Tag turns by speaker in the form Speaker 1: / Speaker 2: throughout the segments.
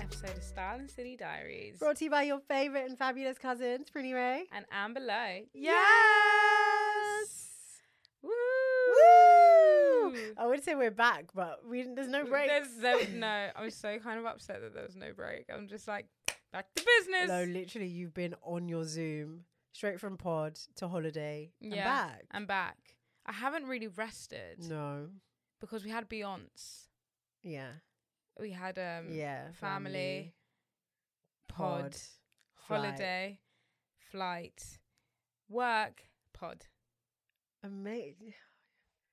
Speaker 1: episode of Style and City Diaries.
Speaker 2: Brought to you by your favorite and fabulous cousins, Prinny Ray.
Speaker 1: And Amber Lowe.
Speaker 2: Yes!
Speaker 1: Woo!
Speaker 2: Woo! I would say we're back, but we didn't- there's no break.
Speaker 1: There's no, no, I was so kind of upset that there was no break. I'm just like, back to business.
Speaker 2: No, literally, you've been on your Zoom straight from pod to holiday and
Speaker 1: Yeah.
Speaker 2: back.
Speaker 1: I'm back. I haven't really rested
Speaker 2: no,
Speaker 1: because we had Beyonce,
Speaker 2: yeah,
Speaker 1: we had um
Speaker 2: yeah,
Speaker 1: family, pod,
Speaker 2: flight.
Speaker 1: holiday, flight, work, pod.
Speaker 2: amazing.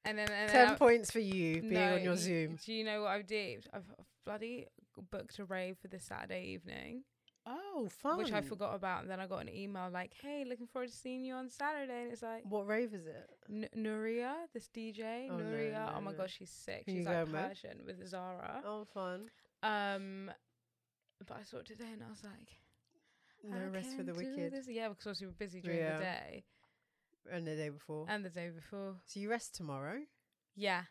Speaker 1: And then, and then
Speaker 2: Ten
Speaker 1: I-
Speaker 2: points for you being
Speaker 1: No,
Speaker 2: on your
Speaker 1: you-
Speaker 2: Zoom.
Speaker 1: Do you know what I've did? I've bloody booked a rave for this Saturday evening,
Speaker 2: Oh, fun.
Speaker 1: which I forgot about. And then I got an email like, "Hey, looking forward to seeing you on Saturday." And it's like
Speaker 2: What rave is it?
Speaker 1: N- Nuria, this DJ,
Speaker 2: Oh, no,
Speaker 1: Nuria.
Speaker 2: no,
Speaker 1: oh my
Speaker 2: no.
Speaker 1: god, she's sick.
Speaker 2: Who you
Speaker 1: she's like
Speaker 2: going with?
Speaker 1: Persian with Zara.
Speaker 2: Oh, fun.
Speaker 1: Um, but I saw it today, and I was like,
Speaker 2: No
Speaker 1: "I
Speaker 2: rest for the
Speaker 1: can do
Speaker 2: wicked.
Speaker 1: this. Yeah, because obviously we're busy during
Speaker 2: Yeah.
Speaker 1: the day
Speaker 2: And the day before.
Speaker 1: and the day before.
Speaker 2: so you rest tomorrow
Speaker 1: Yeah,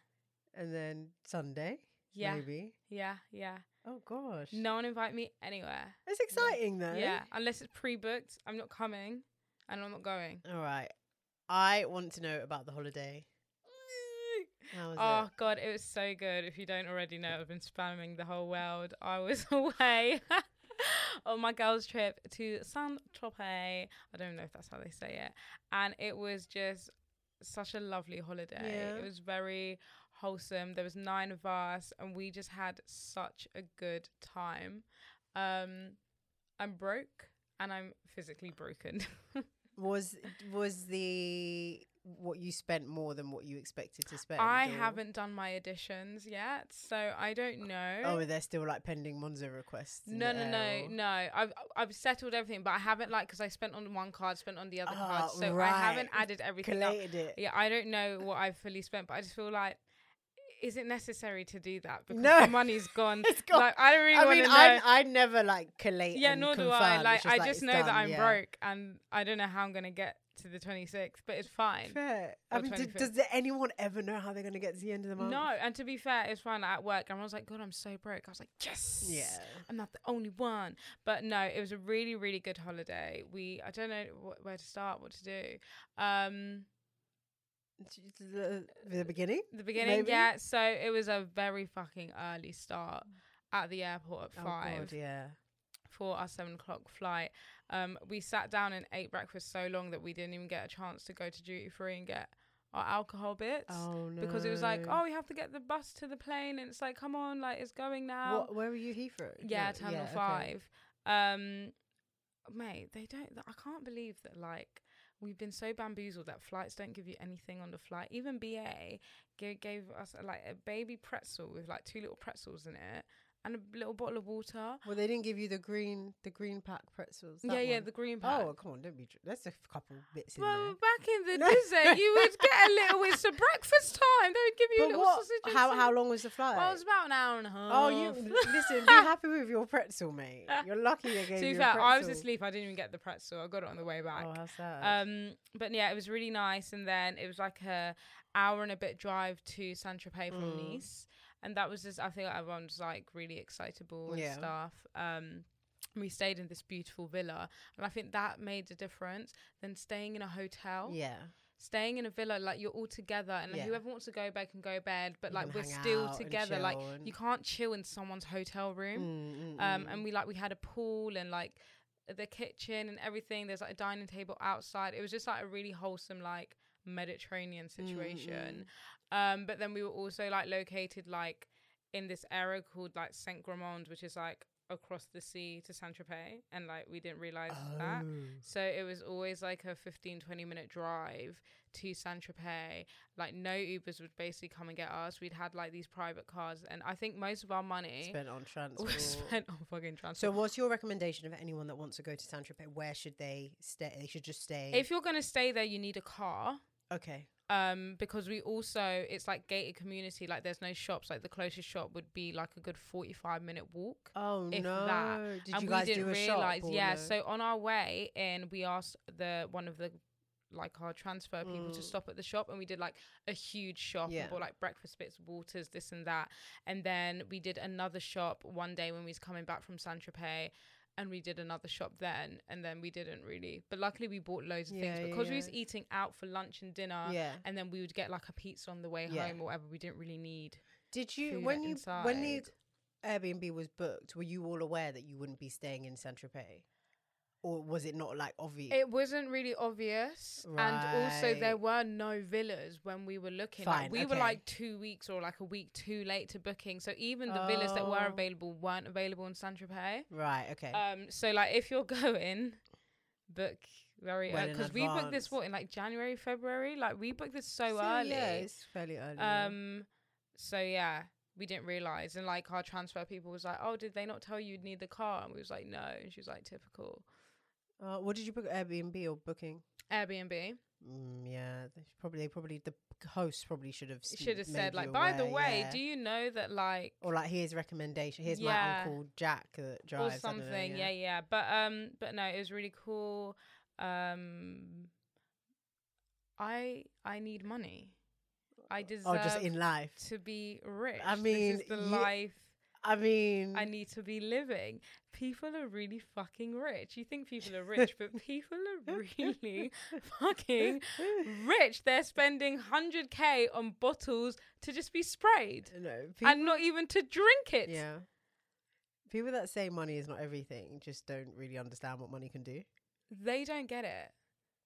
Speaker 2: and then Sunday,
Speaker 1: yeah,
Speaker 2: maybe.
Speaker 1: yeah, yeah.
Speaker 2: Oh gosh,
Speaker 1: No one invite me anywhere.
Speaker 2: it's exciting though.
Speaker 1: Yeah, unless it's pre-booked, I'm not coming, and I'm not going.
Speaker 2: All right. I want to know about the holiday. How was
Speaker 1: Oh
Speaker 2: it?
Speaker 1: god, it was so good. If you don't already know, I've been spamming the whole world. I was away on my girls' trip to Saint Tropez. I don't know if that's how they say it, and it was just such a lovely holiday.
Speaker 2: Yeah.
Speaker 1: It was very wholesome. There was nine of us, and we just had such a good time. Um, I'm broke, and I'm physically broken.
Speaker 2: Was was the what you spent more than what you expected to spend?
Speaker 1: I
Speaker 2: or-
Speaker 1: haven't done my additions yet, so I don't know.
Speaker 2: Oh, they're still like pending Monza requests. in
Speaker 1: No,
Speaker 2: the
Speaker 1: no,
Speaker 2: air
Speaker 1: no,
Speaker 2: or-
Speaker 1: no. I've I've settled everything, but I haven't like because I spent on one card, spent on the other card,
Speaker 2: Ah,
Speaker 1: so I haven't
Speaker 2: right.
Speaker 1: added everything up.
Speaker 2: Collated it.
Speaker 1: Yeah, I don't know what I've fully spent, but I just feel like is it necessary to do that because
Speaker 2: No.
Speaker 1: the money's gone.
Speaker 2: It's gone.
Speaker 1: Like I don't really
Speaker 2: I
Speaker 1: want
Speaker 2: mean,
Speaker 1: to know.
Speaker 2: I I never like collate.
Speaker 1: yeah,
Speaker 2: and
Speaker 1: nor do
Speaker 2: confirm.
Speaker 1: I.
Speaker 2: It's
Speaker 1: Like I just
Speaker 2: like, it's
Speaker 1: know that
Speaker 2: done,
Speaker 1: I'm
Speaker 2: yeah.
Speaker 1: broke, and I don't know how I'm gonna get to the 26th, but it's fine.
Speaker 2: Fair. I
Speaker 1: Or
Speaker 2: mean, d-
Speaker 1: 25th.
Speaker 2: does anyone ever know how they're going to get to the end of the month?
Speaker 1: No, and to be fair, it's fine. Like, at work, and I was like, God, I'm so broke. I was like, yes.
Speaker 2: Yeah.
Speaker 1: I'm not the only one. But no, it was a really, really good holiday. We, I don't know wh- where to start, what to do. Um,
Speaker 2: The, the beginning.
Speaker 1: the beginning,
Speaker 2: Maybe?
Speaker 1: yeah. So it was a very fucking early start at the airport at
Speaker 2: Oh,
Speaker 1: five
Speaker 2: God, yeah.
Speaker 1: for our seven o'clock flight. Um, we sat down and ate breakfast so long that we didn't even get a chance to go to duty free and get our alcohol bits.
Speaker 2: Oh no.
Speaker 1: Because it was like, oh, we have to get the bus to the plane, and it's like, come on, like it's going now.
Speaker 2: What, where were you Heathrow?
Speaker 1: oh, um, Yeah,
Speaker 2: No,
Speaker 1: Terminal
Speaker 2: okay.
Speaker 1: Five. Um, mate, they don't. I can't believe that. Like, we've been so bamboozled that flights don't give you anything on the flight. Even BA gave, gave us like a baby pretzel with like two little pretzels in it and a little bottle of water.
Speaker 2: Well, they didn't give you the green, the green pack pretzels.
Speaker 1: yeah,
Speaker 2: that
Speaker 1: yeah,
Speaker 2: one.
Speaker 1: the green pack.
Speaker 2: Oh, come on, don't be. dr- That's a f- couple bits in
Speaker 1: well,
Speaker 2: there.
Speaker 1: back in the
Speaker 2: No.
Speaker 1: desert, you would get a little. It's a breakfast time. They would give you
Speaker 2: But
Speaker 1: little
Speaker 2: what?
Speaker 1: sausages.
Speaker 2: How
Speaker 1: and-
Speaker 2: how long was the flight?
Speaker 1: Well, it was about an hour and a half.
Speaker 2: oh, you listen. Be happy with your pretzel, mate. You're lucky they
Speaker 1: to
Speaker 2: gave
Speaker 1: be
Speaker 2: you a
Speaker 1: fair,
Speaker 2: pretzel.
Speaker 1: I was asleep. I didn't even get the pretzel. I got it on the way back.
Speaker 2: Oh, how sad.
Speaker 1: Um, but yeah, it was really nice. And then it was like a hour and a bit drive to Saint Tropez from
Speaker 2: Mm.
Speaker 1: Nice, and that was just I think everyone was like really excitable and
Speaker 2: Yeah.
Speaker 1: stuff. Um, we stayed in this beautiful villa, and I think that made a difference than staying in a hotel.
Speaker 2: Oh. yeah,
Speaker 1: Staying in a villa, like you're all together, and like,
Speaker 2: Yeah.
Speaker 1: whoever wants to go back and go bed, but
Speaker 2: You
Speaker 1: like
Speaker 2: can
Speaker 1: we're
Speaker 2: hang
Speaker 1: still
Speaker 2: out and
Speaker 1: together. Like
Speaker 2: chill and-
Speaker 1: you can't chill in someone's hotel room.
Speaker 2: Mm, mm,
Speaker 1: Um,
Speaker 2: mm.
Speaker 1: and we like we had a pool and like the kitchen and everything. There's like a dining table outside. It was just like a really wholesome like Mediterranean situation. Um, but then we were also like located like in this area called like Saint Gramond, which is like across the sea to Saint Tropez, and like we didn't realize that.
Speaker 2: Oh.
Speaker 1: So it was always like a 15, 20 minute drive to Saint Tropez. Like no Ubers would basically come and get us. We'd had like these private cars, and I think most of our money
Speaker 2: Oh. spent on transport.
Speaker 1: was spent on fucking
Speaker 2: So,
Speaker 1: transport.
Speaker 2: what's your recommendation of anyone that wants to go to Saint Tropez? Where should they stay? They should just stay.
Speaker 1: if you're gonna stay there, you need a car.
Speaker 2: okay,
Speaker 1: Um, because we also it's like gated community. Like there's no shops. Like the closest shop would be like a good 45 minute walk.
Speaker 2: Oh
Speaker 1: if
Speaker 2: no!
Speaker 1: that.
Speaker 2: Did you guys do a shop?
Speaker 1: realise-
Speaker 2: or
Speaker 1: yeah.
Speaker 2: no?
Speaker 1: So on our way in, we asked the one of the like our transfer people to
Speaker 2: Mm.
Speaker 1: stop at the shop and we did like a huge shop
Speaker 2: Yeah.
Speaker 1: and bought like breakfast bits waters this and that and then we did another shop one day when we was coming back from Saint-Tropez and we did another shop then and then we didn't really but luckily we bought loads of
Speaker 2: Yeah,
Speaker 1: things
Speaker 2: yeah,
Speaker 1: because we
Speaker 2: yeah.
Speaker 1: was eating out for lunch and dinner
Speaker 2: yeah.
Speaker 1: and then we would get like a pizza on the way
Speaker 2: Yeah.
Speaker 1: home or whatever we didn't really need
Speaker 2: Did you
Speaker 1: food
Speaker 2: when you
Speaker 1: inside.
Speaker 2: when the Airbnb was booked, were you all aware that you wouldn't be staying in Saint Tropez, or was it not like obvious?
Speaker 1: It wasn't really obvious, and also there
Speaker 2: Right.
Speaker 1: were no villas when we were looking.
Speaker 2: Fine,
Speaker 1: like, we were
Speaker 2: okay.
Speaker 1: like two weeks or like a week too late to booking, so even the villas that were
Speaker 2: Oh.
Speaker 1: available weren't available in Saint Tropez.
Speaker 2: right. Okay.
Speaker 1: Um, so like if you're going, book very
Speaker 2: Well
Speaker 1: early
Speaker 2: in
Speaker 1: because we booked this
Speaker 2: advance.
Speaker 1: what in like January, February. Like we booked this so,
Speaker 2: So,
Speaker 1: early.
Speaker 2: Yeah, it's fairly early. yeah.
Speaker 1: Um, so yeah, we didn't realize, and like our transfer people was like, "Oh, did they not tell you you'd need the car?" And we was like, "No," and she was like, "Typical
Speaker 2: Uh, what did you book? Airbnb or booking?
Speaker 1: Airbnb."
Speaker 2: Mm, yeah, they should probably they probably the host probably should have s-
Speaker 1: should have
Speaker 2: made
Speaker 1: said
Speaker 2: you
Speaker 1: like by the
Speaker 2: aware,
Speaker 1: way
Speaker 2: yeah.
Speaker 1: do you know that like
Speaker 2: or like here's recommendation. Here's
Speaker 1: Yeah.
Speaker 2: my uncle Jack that
Speaker 1: or
Speaker 2: drives I don't know,
Speaker 1: something yeah. yeah but um but no it was really cool um i i need money i deserve
Speaker 2: Or Oh, just in life.
Speaker 1: to be rich
Speaker 2: I
Speaker 1: this
Speaker 2: mean,
Speaker 1: is the
Speaker 2: you- Mm.
Speaker 1: life
Speaker 2: I mean,
Speaker 1: i need to be living people are really fucking rich you think people are rich but people are really fucking rich they're spending 100k on bottles to just be sprayed
Speaker 2: no,
Speaker 1: and not even to drink it
Speaker 2: Yeah. People that say money is not everything just don't really understand what money can do.
Speaker 1: they don't get it.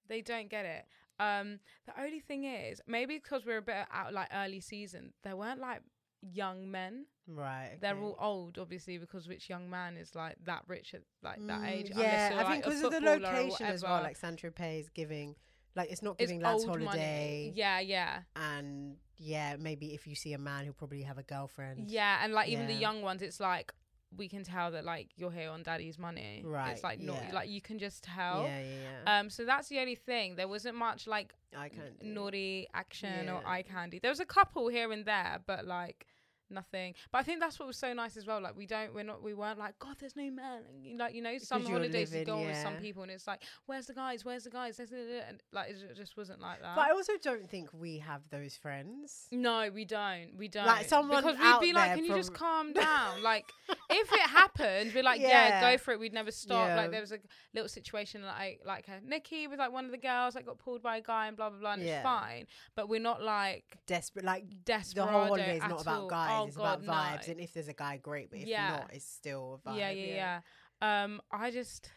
Speaker 1: They don't get it. Um, the only thing is, maybe because we're a bit out like early season, there weren't like young men.
Speaker 2: Right.
Speaker 1: They're
Speaker 2: okay.
Speaker 1: all old, obviously, because which young man is like that rich at like that
Speaker 2: Mm,
Speaker 1: age?
Speaker 2: Yeah,
Speaker 1: unless you're,
Speaker 2: I think
Speaker 1: like, a
Speaker 2: because of the
Speaker 1: footballer or
Speaker 2: location as well.
Speaker 1: whatever.
Speaker 2: Like Saint Tropez is giving, like it's not
Speaker 1: it's
Speaker 2: giving lads
Speaker 1: old money.
Speaker 2: holiday.
Speaker 1: Yeah, yeah,
Speaker 2: And yeah, maybe if you see a man, he'll probably have a girlfriend.
Speaker 1: yeah, and like even the
Speaker 2: Yeah.
Speaker 1: young ones, it's like we can tell that like you're here on daddy's money.
Speaker 2: Right,
Speaker 1: It's like not
Speaker 2: yeah.
Speaker 1: like you can just tell.
Speaker 2: Yeah, yeah, yeah.
Speaker 1: Um, so that's the only thing. There wasn't much like
Speaker 2: I can't. do it.
Speaker 1: naughty action or
Speaker 2: Yeah.
Speaker 1: eye candy. There was a couple here and there, but like nothing. But I think that's what was so nice as well. Like we don't, we're not, we weren't like, God, there's no man. And you- Like you know, some
Speaker 2: Because you're
Speaker 1: holidays you
Speaker 2: living,
Speaker 1: go on with some
Speaker 2: yeah.
Speaker 1: people, and it's like, where's the guys? Where's the guys? There's- And like it ju- just wasn't like that.
Speaker 2: But I also don't think we have those friends.
Speaker 1: no, we don't. We don't.
Speaker 2: someone
Speaker 1: because we'd
Speaker 2: out
Speaker 1: be like,
Speaker 2: there
Speaker 1: can you just
Speaker 2: prob-
Speaker 1: calm down? like if it happened, we're like, yeah.
Speaker 2: Yeah.
Speaker 1: go for it. We'd never stop.
Speaker 2: Yeah.
Speaker 1: Like there was a little situation like like uh, Nikki with like one of the girls that got pulled by a guy and blah blah blah. And
Speaker 2: Yeah.
Speaker 1: it's fine, but we're not like
Speaker 2: Desperate, like the
Speaker 1: desperate.
Speaker 2: whole holiday is not about guys; it's about vibes. And if there's a guy, great. But if
Speaker 1: Oh, Yeah.
Speaker 2: not, it's still a vibe.
Speaker 1: yeah, yeah, yeah. Um, I just,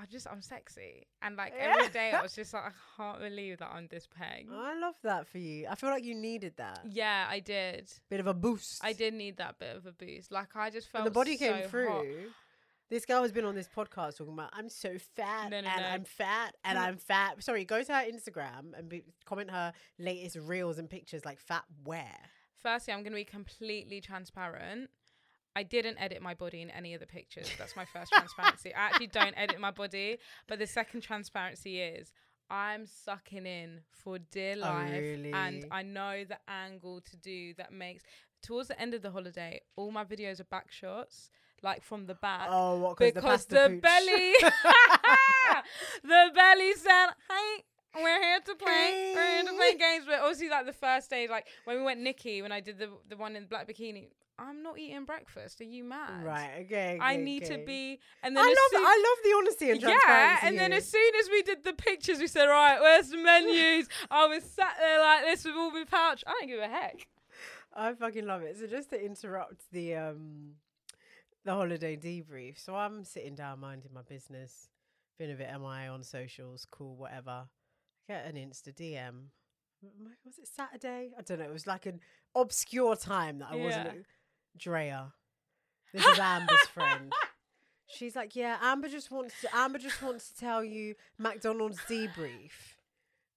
Speaker 1: I just, I'm sexy, and like every day, I was just like, I can't believe that I'm this peg.
Speaker 2: I love that for you. I feel like you needed that
Speaker 1: Yeah, I did.
Speaker 2: bit of a boost.
Speaker 1: I did need that bit of a boost. Like I just felt
Speaker 2: When the body
Speaker 1: so
Speaker 2: came
Speaker 1: hot.
Speaker 2: through. This girl has been on this podcast talking about I'm so fat
Speaker 1: No, no,
Speaker 2: and
Speaker 1: no.
Speaker 2: I'm fat and
Speaker 1: No.
Speaker 2: I'm fat. Sorry, go to her Instagram and be, comment her latest reels and pictures like fat where.
Speaker 1: Firstly, I'm gonna be completely transparent. I didn't edit my body in any of the pictures. That's my first transparency. I actually don't edit my body, but the second transparency is I'm sucking in for dear life, and
Speaker 2: Oh, really?
Speaker 1: I know the angle to do that makes. Towards the end of the holiday, all my videos are back shots, like from the back.
Speaker 2: Oh, what?
Speaker 1: Uh, because the,
Speaker 2: pooch.
Speaker 1: belly the belly said hey we're here to play we're here to play games but obviously like the first day like when we went nikki when i did the the one in the black bikini i'm not eating breakfast are you mad
Speaker 2: right. Okay.
Speaker 1: i
Speaker 2: okay,
Speaker 1: need
Speaker 2: okay.
Speaker 1: to be and
Speaker 2: I
Speaker 1: then
Speaker 2: love.
Speaker 1: as soon-
Speaker 2: I love the honesty and transparency.
Speaker 1: yeah, and then
Speaker 2: here.
Speaker 1: as soon as we did the pictures, we said, "All right, where's the menus?" I was sat there like this with all my pouch. I don't give a heck.
Speaker 2: I fucking love it. So just to interrupt the um the holiday debrief. So I'm sitting down minding my business, been a bit MI on socials, cool, whatever. Get an Insta DM. M- Was it Saturday? I don't know. It was like an obscure time that I wasn't.
Speaker 1: Yeah.
Speaker 2: At. Drea, this is Amber's friend. She's like, yeah, Amber just wants to, Amber just wants to tell you McDonald's debrief.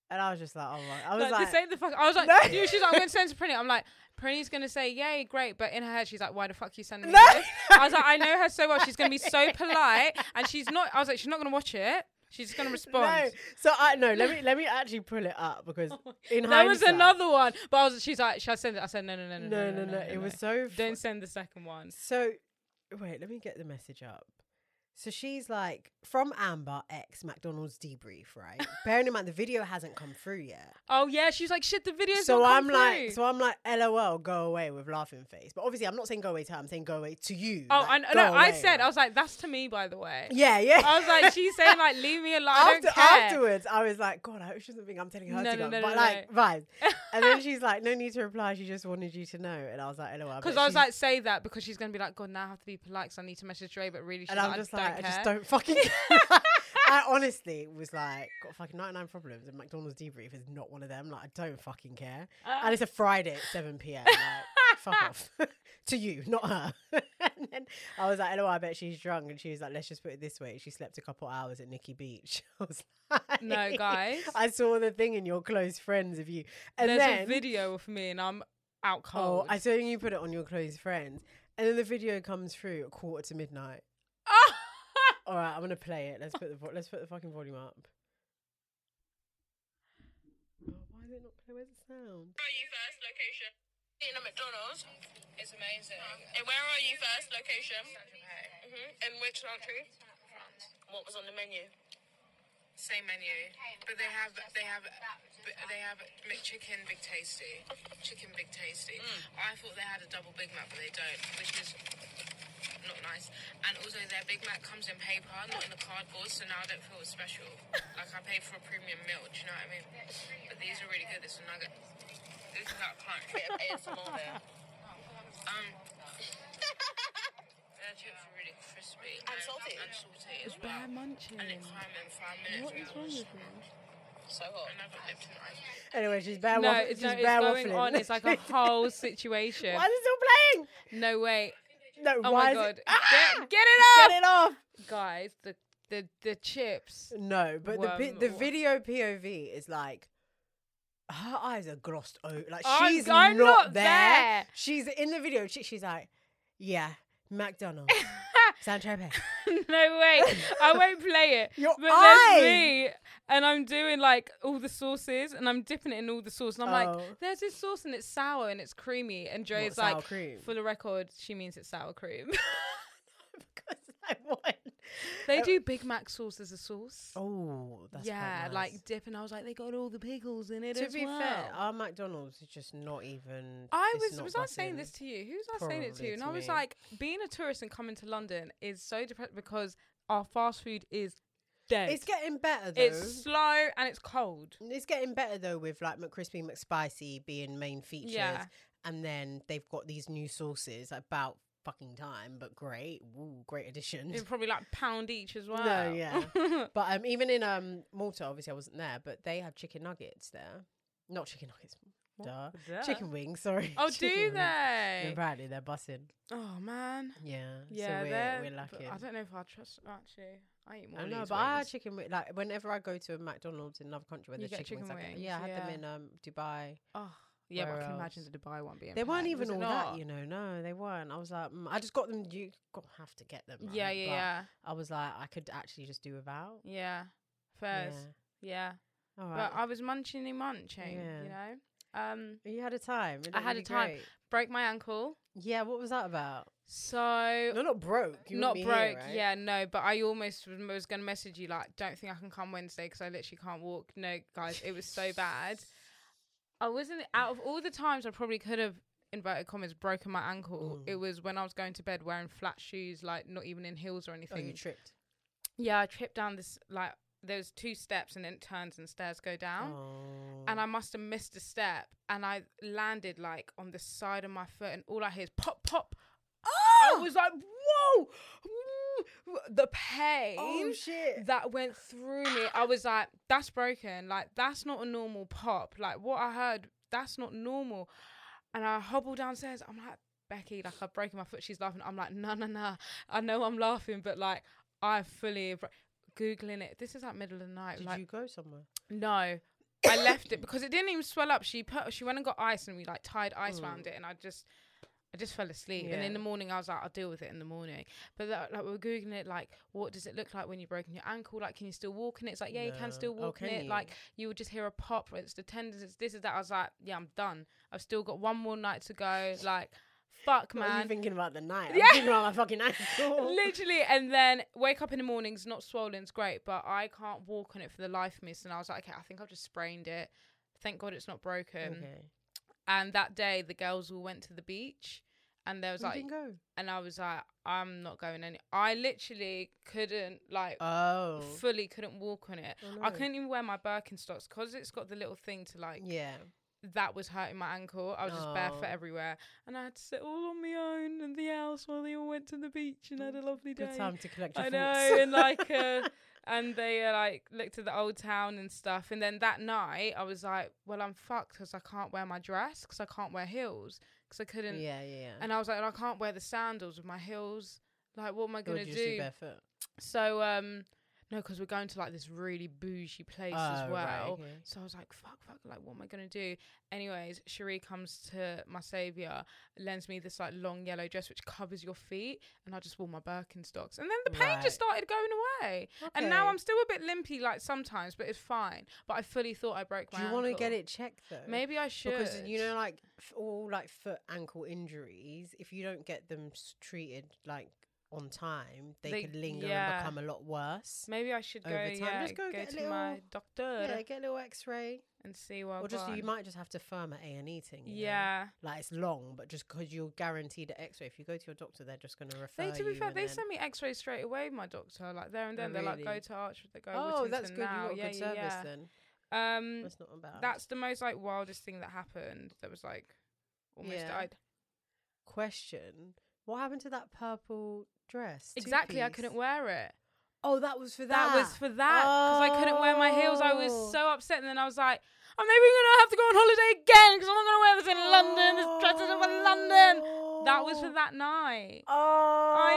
Speaker 2: And I was just like, oh my, I was
Speaker 1: Like,
Speaker 2: like,
Speaker 1: this ain't the fuck. I was like,
Speaker 2: No.
Speaker 1: you- she's like, I'm gonna send to Prinny. I'm like, Prinny's gonna say, yay, great, but in her head, she's like, why the fuck you sending me
Speaker 2: No,
Speaker 1: this? I was like, I know her so well. She's gonna be so polite, and she's not. I was like, she's not gonna watch it. She's just gonna
Speaker 2: No,
Speaker 1: respond.
Speaker 2: so I no. Let me let me actually pull it up because in
Speaker 1: there was
Speaker 2: hindsight-
Speaker 1: another one, but I was. She's like, should I send it? I said, no, no, no, no,
Speaker 2: No, no, no. It was so.
Speaker 1: Don't
Speaker 2: Fu-
Speaker 1: send the second one.
Speaker 2: so wait. Let me get the message up. So she's like from Amber X McDonald's debrief, right? Bearing in mind the video hasn't come through yet.
Speaker 1: Oh yeah, she's like shit. The video's
Speaker 2: so
Speaker 1: not
Speaker 2: I'm
Speaker 1: come
Speaker 2: like,
Speaker 1: through."
Speaker 2: so I'm like, lol, go away with laughing face. But obviously, I'm not saying go away to her. I'm saying go away to you.
Speaker 1: oh,
Speaker 2: like,
Speaker 1: I, kn-
Speaker 2: go
Speaker 1: no, I
Speaker 2: away.
Speaker 1: said I was like, that's to me, by the way.
Speaker 2: yeah, yeah.
Speaker 1: I was like, she's saying like, leave me alone. I
Speaker 2: After,
Speaker 1: don't care.
Speaker 2: afterwards, I was like, God, I hope she doesn't think I'm telling her
Speaker 1: No,
Speaker 2: to
Speaker 1: no,
Speaker 2: go.
Speaker 1: no,
Speaker 2: but
Speaker 1: no,
Speaker 2: like, right. And then she's like, no need to reply. She just wanted you to know. And I was like, lol.
Speaker 1: Because I was like, say that because she's gonna be like, God, now I have to be polite because I need to message Dre, but really, she's
Speaker 2: and I'm
Speaker 1: like,
Speaker 2: just
Speaker 1: I
Speaker 2: like,
Speaker 1: don't
Speaker 2: I
Speaker 1: care.
Speaker 2: just don't fucking. I honestly was like, got fucking 99 problems, and McDonald's debrief is not one of them. Like, I don't fucking care. and it's a Friday at 7 p.m. Like, fuck off. to you, not her. and then I was like, oh, I bet she's drunk. And she was like, let's just put it this way. She slept a couple hours at Nikki Beach. I was like,
Speaker 1: No, guys.
Speaker 2: I saw the thing in your close friends of you. And
Speaker 1: There's
Speaker 2: then,
Speaker 1: a video of me and I'm out cold.
Speaker 2: oh, I saw you put it on your close friends. And then the video comes through at quarter to midnight. All right, I'm gonna play it. Let's put the vo- let's put the fucking volume up. Oh, why is it not play? Where's the sound?
Speaker 3: are you first location? Eating at McDonald's. It's amazing. And where are you first location? hmm In which country? France. What was on the menu? Same menu, but they have they have they have McChicken Big Tasty, chicken Big Tasty. I thought they had a double Big Mac, but they don't, which is not nice. And also, their Big Mac comes in paper, not in the cardboard, so now I don't feel as special. Like I paid for a premium meal. Do you know what I mean? But these are really good. This is nugget. This is that crunch. Bit of ASMR there. Um. Their chips are really crispy and, salty. And salty as well.
Speaker 1: Bear munching.
Speaker 3: And it climb in five minutes.
Speaker 1: What is wrong
Speaker 3: Mm-hmm.
Speaker 1: with me?
Speaker 3: So hot. And I've got Lipton ice cream.
Speaker 2: Anyway, she's bare
Speaker 1: No,
Speaker 2: waff-
Speaker 1: it's,
Speaker 2: she's
Speaker 1: no, it's
Speaker 2: bare
Speaker 1: going
Speaker 2: waffling.
Speaker 1: on. It's like a whole situation.
Speaker 2: why is it still
Speaker 1: No way.
Speaker 2: playing? No,
Speaker 1: Oh
Speaker 2: why
Speaker 1: my
Speaker 2: is
Speaker 1: god.
Speaker 2: it? Ah!
Speaker 1: Get, get it off,
Speaker 2: Get it off!
Speaker 1: guys. The the the chips.
Speaker 2: No, but the pi-
Speaker 1: Worm-
Speaker 2: the
Speaker 1: wha-
Speaker 2: video POV is like her eyes are glossed over. Like
Speaker 1: I'm-
Speaker 2: she's
Speaker 1: I'm
Speaker 2: not,
Speaker 1: not
Speaker 2: there.
Speaker 1: there.
Speaker 2: She's in the video. She, she's like, yeah, McDonald's, San Tropez.
Speaker 1: no way. I won't play it.
Speaker 2: Your
Speaker 1: but
Speaker 2: eyes.
Speaker 1: there's me, and I'm doing like all the sauces, and I'm dipping it in all the sauce, and I'm
Speaker 2: Oh.
Speaker 1: like, there's this sauce, and it's sour and it's creamy, and Dre's
Speaker 2: sour
Speaker 1: like,
Speaker 2: cream.
Speaker 1: for the record, she means it's sour cream.
Speaker 2: because I want.
Speaker 1: they do Big Mac sauce as a sauce.
Speaker 2: Oh, that's quite
Speaker 1: yeah,
Speaker 2: nice.
Speaker 1: like dip, and I was like, they got all the pickles in it
Speaker 2: to
Speaker 1: as
Speaker 2: be
Speaker 1: well.
Speaker 2: fair, our McDonald's is just not even.
Speaker 1: I
Speaker 2: it's
Speaker 1: was
Speaker 2: not
Speaker 1: was I saying
Speaker 2: butting.
Speaker 1: this to you? Who was I saying it to?
Speaker 2: Probably
Speaker 1: And
Speaker 2: to
Speaker 1: I was
Speaker 2: me.
Speaker 1: like, being a tourist and coming to London is so depressing because our fast food is dead.
Speaker 2: It's getting better though.
Speaker 1: it's
Speaker 2: It's,
Speaker 1: slow and it's cold.
Speaker 2: getting better though with like McCrispy, McSpicy being main features,
Speaker 1: Yeah.
Speaker 2: and then they've got these new sauces about fucking time, but great, Ooh, great addition.
Speaker 1: It's probably like pound each as well.
Speaker 2: No, yeah. but um, even in um Malta, obviously I wasn't there, but they have chicken nuggets there. Not chicken nuggets, duh.
Speaker 1: Duh.
Speaker 2: Chicken wings. Sorry.
Speaker 1: Oh,
Speaker 2: Chicken
Speaker 1: do
Speaker 2: wings. And
Speaker 1: they?
Speaker 2: Apparently they're bussing.
Speaker 1: Oh man.
Speaker 2: Yeah.
Speaker 1: Yeah,
Speaker 2: so
Speaker 1: they're-
Speaker 2: we're, we're
Speaker 1: but
Speaker 2: lacking.
Speaker 1: I don't know if I trust actually. I eat more.
Speaker 2: I
Speaker 1: of
Speaker 2: know,
Speaker 1: these
Speaker 2: but I had
Speaker 1: wings.
Speaker 2: chicken wi- like whenever I go to a McDonald's in another country where
Speaker 1: You
Speaker 2: there's
Speaker 1: get
Speaker 2: chicken,
Speaker 1: chicken
Speaker 2: wings, I get-
Speaker 1: wings,
Speaker 2: yeah, I had them
Speaker 1: yeah.
Speaker 2: in um, Dubai.
Speaker 1: Oh, yeah, but I
Speaker 2: Where
Speaker 1: can imagine
Speaker 2: else?
Speaker 1: the Dubai one being.
Speaker 2: They weren't
Speaker 1: packed.
Speaker 2: even
Speaker 1: Was it
Speaker 2: all
Speaker 1: not?
Speaker 2: that, you know. No, they weren't. I was like, mm, I just got them. You got have to get them. Right?
Speaker 1: Yeah, yeah,
Speaker 2: But
Speaker 1: yeah,
Speaker 2: I was like, I could actually just do without.
Speaker 1: yeah. First, yeah.
Speaker 2: All right.
Speaker 1: But I was munching munching, you know. Um,
Speaker 2: you had a time. It
Speaker 1: I had
Speaker 2: looked
Speaker 1: a
Speaker 2: really
Speaker 1: time.
Speaker 2: great.
Speaker 1: broke my ankle,
Speaker 2: Yeah. What was that about?
Speaker 1: so
Speaker 2: You're not broke. You wouldn't
Speaker 1: not
Speaker 2: be
Speaker 1: broke.
Speaker 2: here, right?
Speaker 1: Yeah, no. But I almost was- was gonna message you like, don't think I can come Wednesday because I literally can't walk. No, guys, it was so bad. I wasn't out of all the times I probably could have inverted commas broken my ankle.
Speaker 2: Mm.
Speaker 1: It was when I was going to bed wearing flat shoes, like not even in heels or
Speaker 2: Oh,
Speaker 1: anything.
Speaker 2: you tripped.
Speaker 1: yeah, I tripped down this like there's two steps and then it turns and stairs go down.
Speaker 2: Oh.
Speaker 1: and I must have missed a step, and I landed like on the side of my foot, and all I hear is pop, pop. I
Speaker 2: Oh!
Speaker 1: was like, whoa, Ooh, the pain
Speaker 2: Oh, shit.
Speaker 1: that went through me. I was like, that's broken. Like that's not a normal pop. Like what I heard, that's not normal. And I hobble downstairs. I'm like, Becky, like I've broken my foot. She's laughing. I'm like, no, no, no. I know I'm laughing, but like I fully. Bro- Googling it. This is like middle of the night.
Speaker 2: Did
Speaker 1: like,
Speaker 2: you go somewhere?
Speaker 1: no, I left it because it didn't even swell up. She put she went and got ice and we like tied ice around it and I just I just fell asleep. And in
Speaker 2: Hmm. Yeah.
Speaker 1: the morning I was like I'll deal with it in the morning. But that, like we were googling it like what does it look like when you've broken your ankle? Like can you still walk in it? It's like yeah you can
Speaker 2: No.
Speaker 1: still
Speaker 2: Oh,
Speaker 1: walk in
Speaker 2: can
Speaker 1: it.
Speaker 2: you?
Speaker 1: Like you would just hear a pop. It's the tendons. It's this is that. I was like yeah I'm done. I've still got one more night to go. Like Fuck,
Speaker 2: Not you
Speaker 1: man.
Speaker 2: thinking about the night. I'm
Speaker 1: Yeah.
Speaker 2: thinking about my fucking ankle.
Speaker 1: Literally, and then wake up in the mornings, not swollen, it's great, but I can't walk on it for the life of me. So then I was like, okay, I think I've just sprained it. Thank God it's not broken.
Speaker 2: okay.
Speaker 1: And that day, the girls all went to the beach, and there was
Speaker 2: You
Speaker 1: like,
Speaker 2: can go.
Speaker 1: and I was like, I'm not going any. I literally couldn't like
Speaker 2: Oh.
Speaker 1: fully couldn't walk on it.
Speaker 2: Oh,
Speaker 1: I
Speaker 2: no.
Speaker 1: couldn't even wear my Birkenstocks because it's got the little thing to like
Speaker 2: Yeah.
Speaker 1: that was hurting my ankle. I was just
Speaker 2: Oh.
Speaker 1: barefoot everywhere, and I had to sit all on my own in the house while they all went to the beach and had a lovely day.
Speaker 2: Good time to collect your
Speaker 1: I
Speaker 2: thoughts.
Speaker 1: know, and like, uh, and they uh, like looked at the old town and stuff. And then that night, I was like, well, I'm fucked because I can't wear my dress because I can't wear heels because I couldn't.
Speaker 2: yeah, yeah, yeah.
Speaker 1: And I was like, and I can't wear the sandals with my heels. Like, what am I
Speaker 2: Or
Speaker 1: gonna
Speaker 2: just do
Speaker 1: do?
Speaker 2: barefoot.
Speaker 1: So, um, no, because we're going to like this really bougie place as
Speaker 2: Oh,
Speaker 1: well.
Speaker 2: right, okay.
Speaker 1: So I was like, fuck, fuck, like, what am I gonna do? Anyways, Cherie comes to my savior, lends me this like long yellow dress which covers your feet, and I just wore my Birkenstocks, and then the pain just started going away. And now
Speaker 2: Okay.
Speaker 1: I'm still a bit limpy, like sometimes, but it's fine. But I fully thought I broke my.
Speaker 2: Do you want to get
Speaker 1: ankle.
Speaker 2: it checked though?
Speaker 1: Maybe I should.
Speaker 2: Because you know, like f- all like foot ankle injuries, if you don't get them s- treated like on time, they,
Speaker 1: They-
Speaker 2: could linger
Speaker 1: yeah.
Speaker 2: and become a lot worse.
Speaker 1: maybe I should go.
Speaker 2: over time,
Speaker 1: Yeah,
Speaker 2: just go
Speaker 1: go,
Speaker 2: get a
Speaker 1: to my
Speaker 2: little-
Speaker 1: doctor
Speaker 2: Yeah, get a little X-ray,
Speaker 1: and see what.
Speaker 2: or just
Speaker 1: I've
Speaker 2: you
Speaker 1: gone.
Speaker 2: might just have to firm at A and E thing. you know?
Speaker 1: Yeah.
Speaker 2: like it's long, but just because you're guaranteed an X-ray, if you go to your doctor, they're just going to refer
Speaker 1: They, to be
Speaker 2: you
Speaker 1: fair,
Speaker 2: and
Speaker 1: they
Speaker 2: then-
Speaker 1: send me X-rays straight away. My doctor, like there and
Speaker 2: Oh,
Speaker 1: then, they're like, go
Speaker 2: really?
Speaker 1: to Arch, they go.
Speaker 2: Oh,
Speaker 1: Whittington
Speaker 2: that's good. You
Speaker 1: Now.
Speaker 2: got a
Speaker 1: yeah,
Speaker 2: good
Speaker 1: yeah,
Speaker 2: service
Speaker 1: yeah.
Speaker 2: then.
Speaker 1: Um,
Speaker 2: That's not bad.
Speaker 1: that's the most like wildest thing that happened. That was like almost
Speaker 2: Yeah.
Speaker 1: died.
Speaker 2: question. What happened to that purple dress?
Speaker 1: Exactly, I
Speaker 2: two-piece?
Speaker 1: couldn't wear it.
Speaker 2: Oh, that was for that.
Speaker 1: That was for that because I couldn't wear my heels. I
Speaker 2: Oh.
Speaker 1: was so upset, and then I was like, I'm never gonna have to go on holiday again because I'm not gonna wear this in London. This dress isn't for London. That was for
Speaker 2: Oh.
Speaker 1: that night.
Speaker 2: Oh.
Speaker 1: I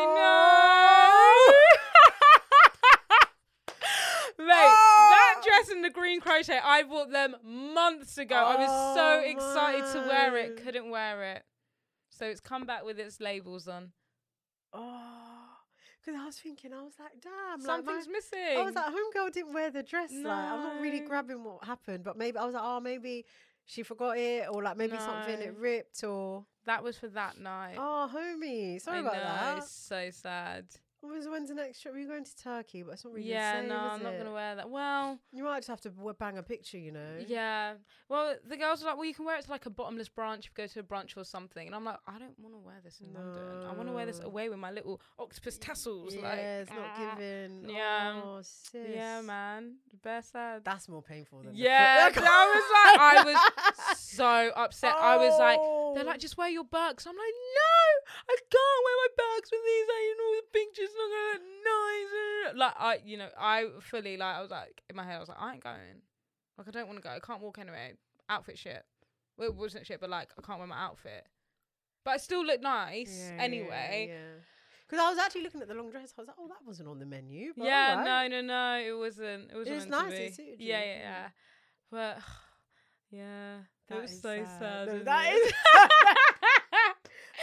Speaker 1: know. Mate, that
Speaker 2: Oh.
Speaker 1: dress and the green crochet, I bought them months ago. I was so
Speaker 2: Oh,
Speaker 1: excited to wear
Speaker 2: man.
Speaker 1: it, couldn't wear it. So it's come back with its labels on.
Speaker 2: Because Oh. I was thinking, I was like, Oh, damn.
Speaker 1: Something's
Speaker 2: like my-
Speaker 1: missing.
Speaker 2: I was like, homegirl didn't wear the dress. Like, I'm not really
Speaker 1: No.
Speaker 2: grabbing what happened, but maybe I was like, oh, maybe she forgot it, or like maybe something it
Speaker 1: No.
Speaker 2: ripped, or
Speaker 1: that was for that night.
Speaker 2: oh, homie, sorry
Speaker 1: I
Speaker 2: about
Speaker 1: know,
Speaker 2: that.
Speaker 1: It's so sad.
Speaker 2: When's, when's the next trip? We're going to Turkey, but it's not really
Speaker 1: yeah,
Speaker 2: the same,
Speaker 1: no,
Speaker 2: is
Speaker 1: I'm not
Speaker 2: it?
Speaker 1: gonna wear that. Well,
Speaker 2: You might just have to w- bang a picture, you know.
Speaker 1: yeah. Well, the girls were like, "Well, you can wear it to like a bottomless brunch if you go to a brunch or something." And I'm like, "I don't want to wear this in London. I want to wear this
Speaker 2: No.
Speaker 1: away with my little octopus tassels."
Speaker 2: yeah,
Speaker 1: like,
Speaker 2: it's not
Speaker 1: ah.
Speaker 2: given.
Speaker 1: Yeah.
Speaker 2: Oh, sis.
Speaker 1: Yeah, man, bare sad.
Speaker 2: That's more painful than the foot.
Speaker 1: yeah, 'cause I was like, I was so upset. I was like, they're
Speaker 2: Oh.
Speaker 1: like, just wear your Birks. I'm like, no, I can't wear my Birks with these. Like, you know, the picture's not gonna look nice. Like, I, you know, I fully like, I was like, in my head, I was like, I ain't going. Like, I don't want to go. I can't walk anyway. Outfit shit. Well, it wasn't shit, but like, I can't wear my outfit. But I still look
Speaker 2: Oh.
Speaker 1: nice anyway.
Speaker 2: Because I was actually looking at the long dress, I was like, oh, that wasn't on the menu. But
Speaker 1: Yeah,
Speaker 2: alright.
Speaker 1: no, no, no. It wasn't. It was.
Speaker 2: was
Speaker 1: meant to
Speaker 2: nice, it
Speaker 1: be.
Speaker 2: suited
Speaker 1: yeah,
Speaker 2: you,
Speaker 1: yeah,
Speaker 2: yeah.
Speaker 1: yeah. But yeah, that,
Speaker 2: That
Speaker 1: was
Speaker 2: is
Speaker 1: so
Speaker 2: sad.
Speaker 1: sad.
Speaker 2: No,
Speaker 1: isn't
Speaker 2: that
Speaker 1: it?
Speaker 2: is-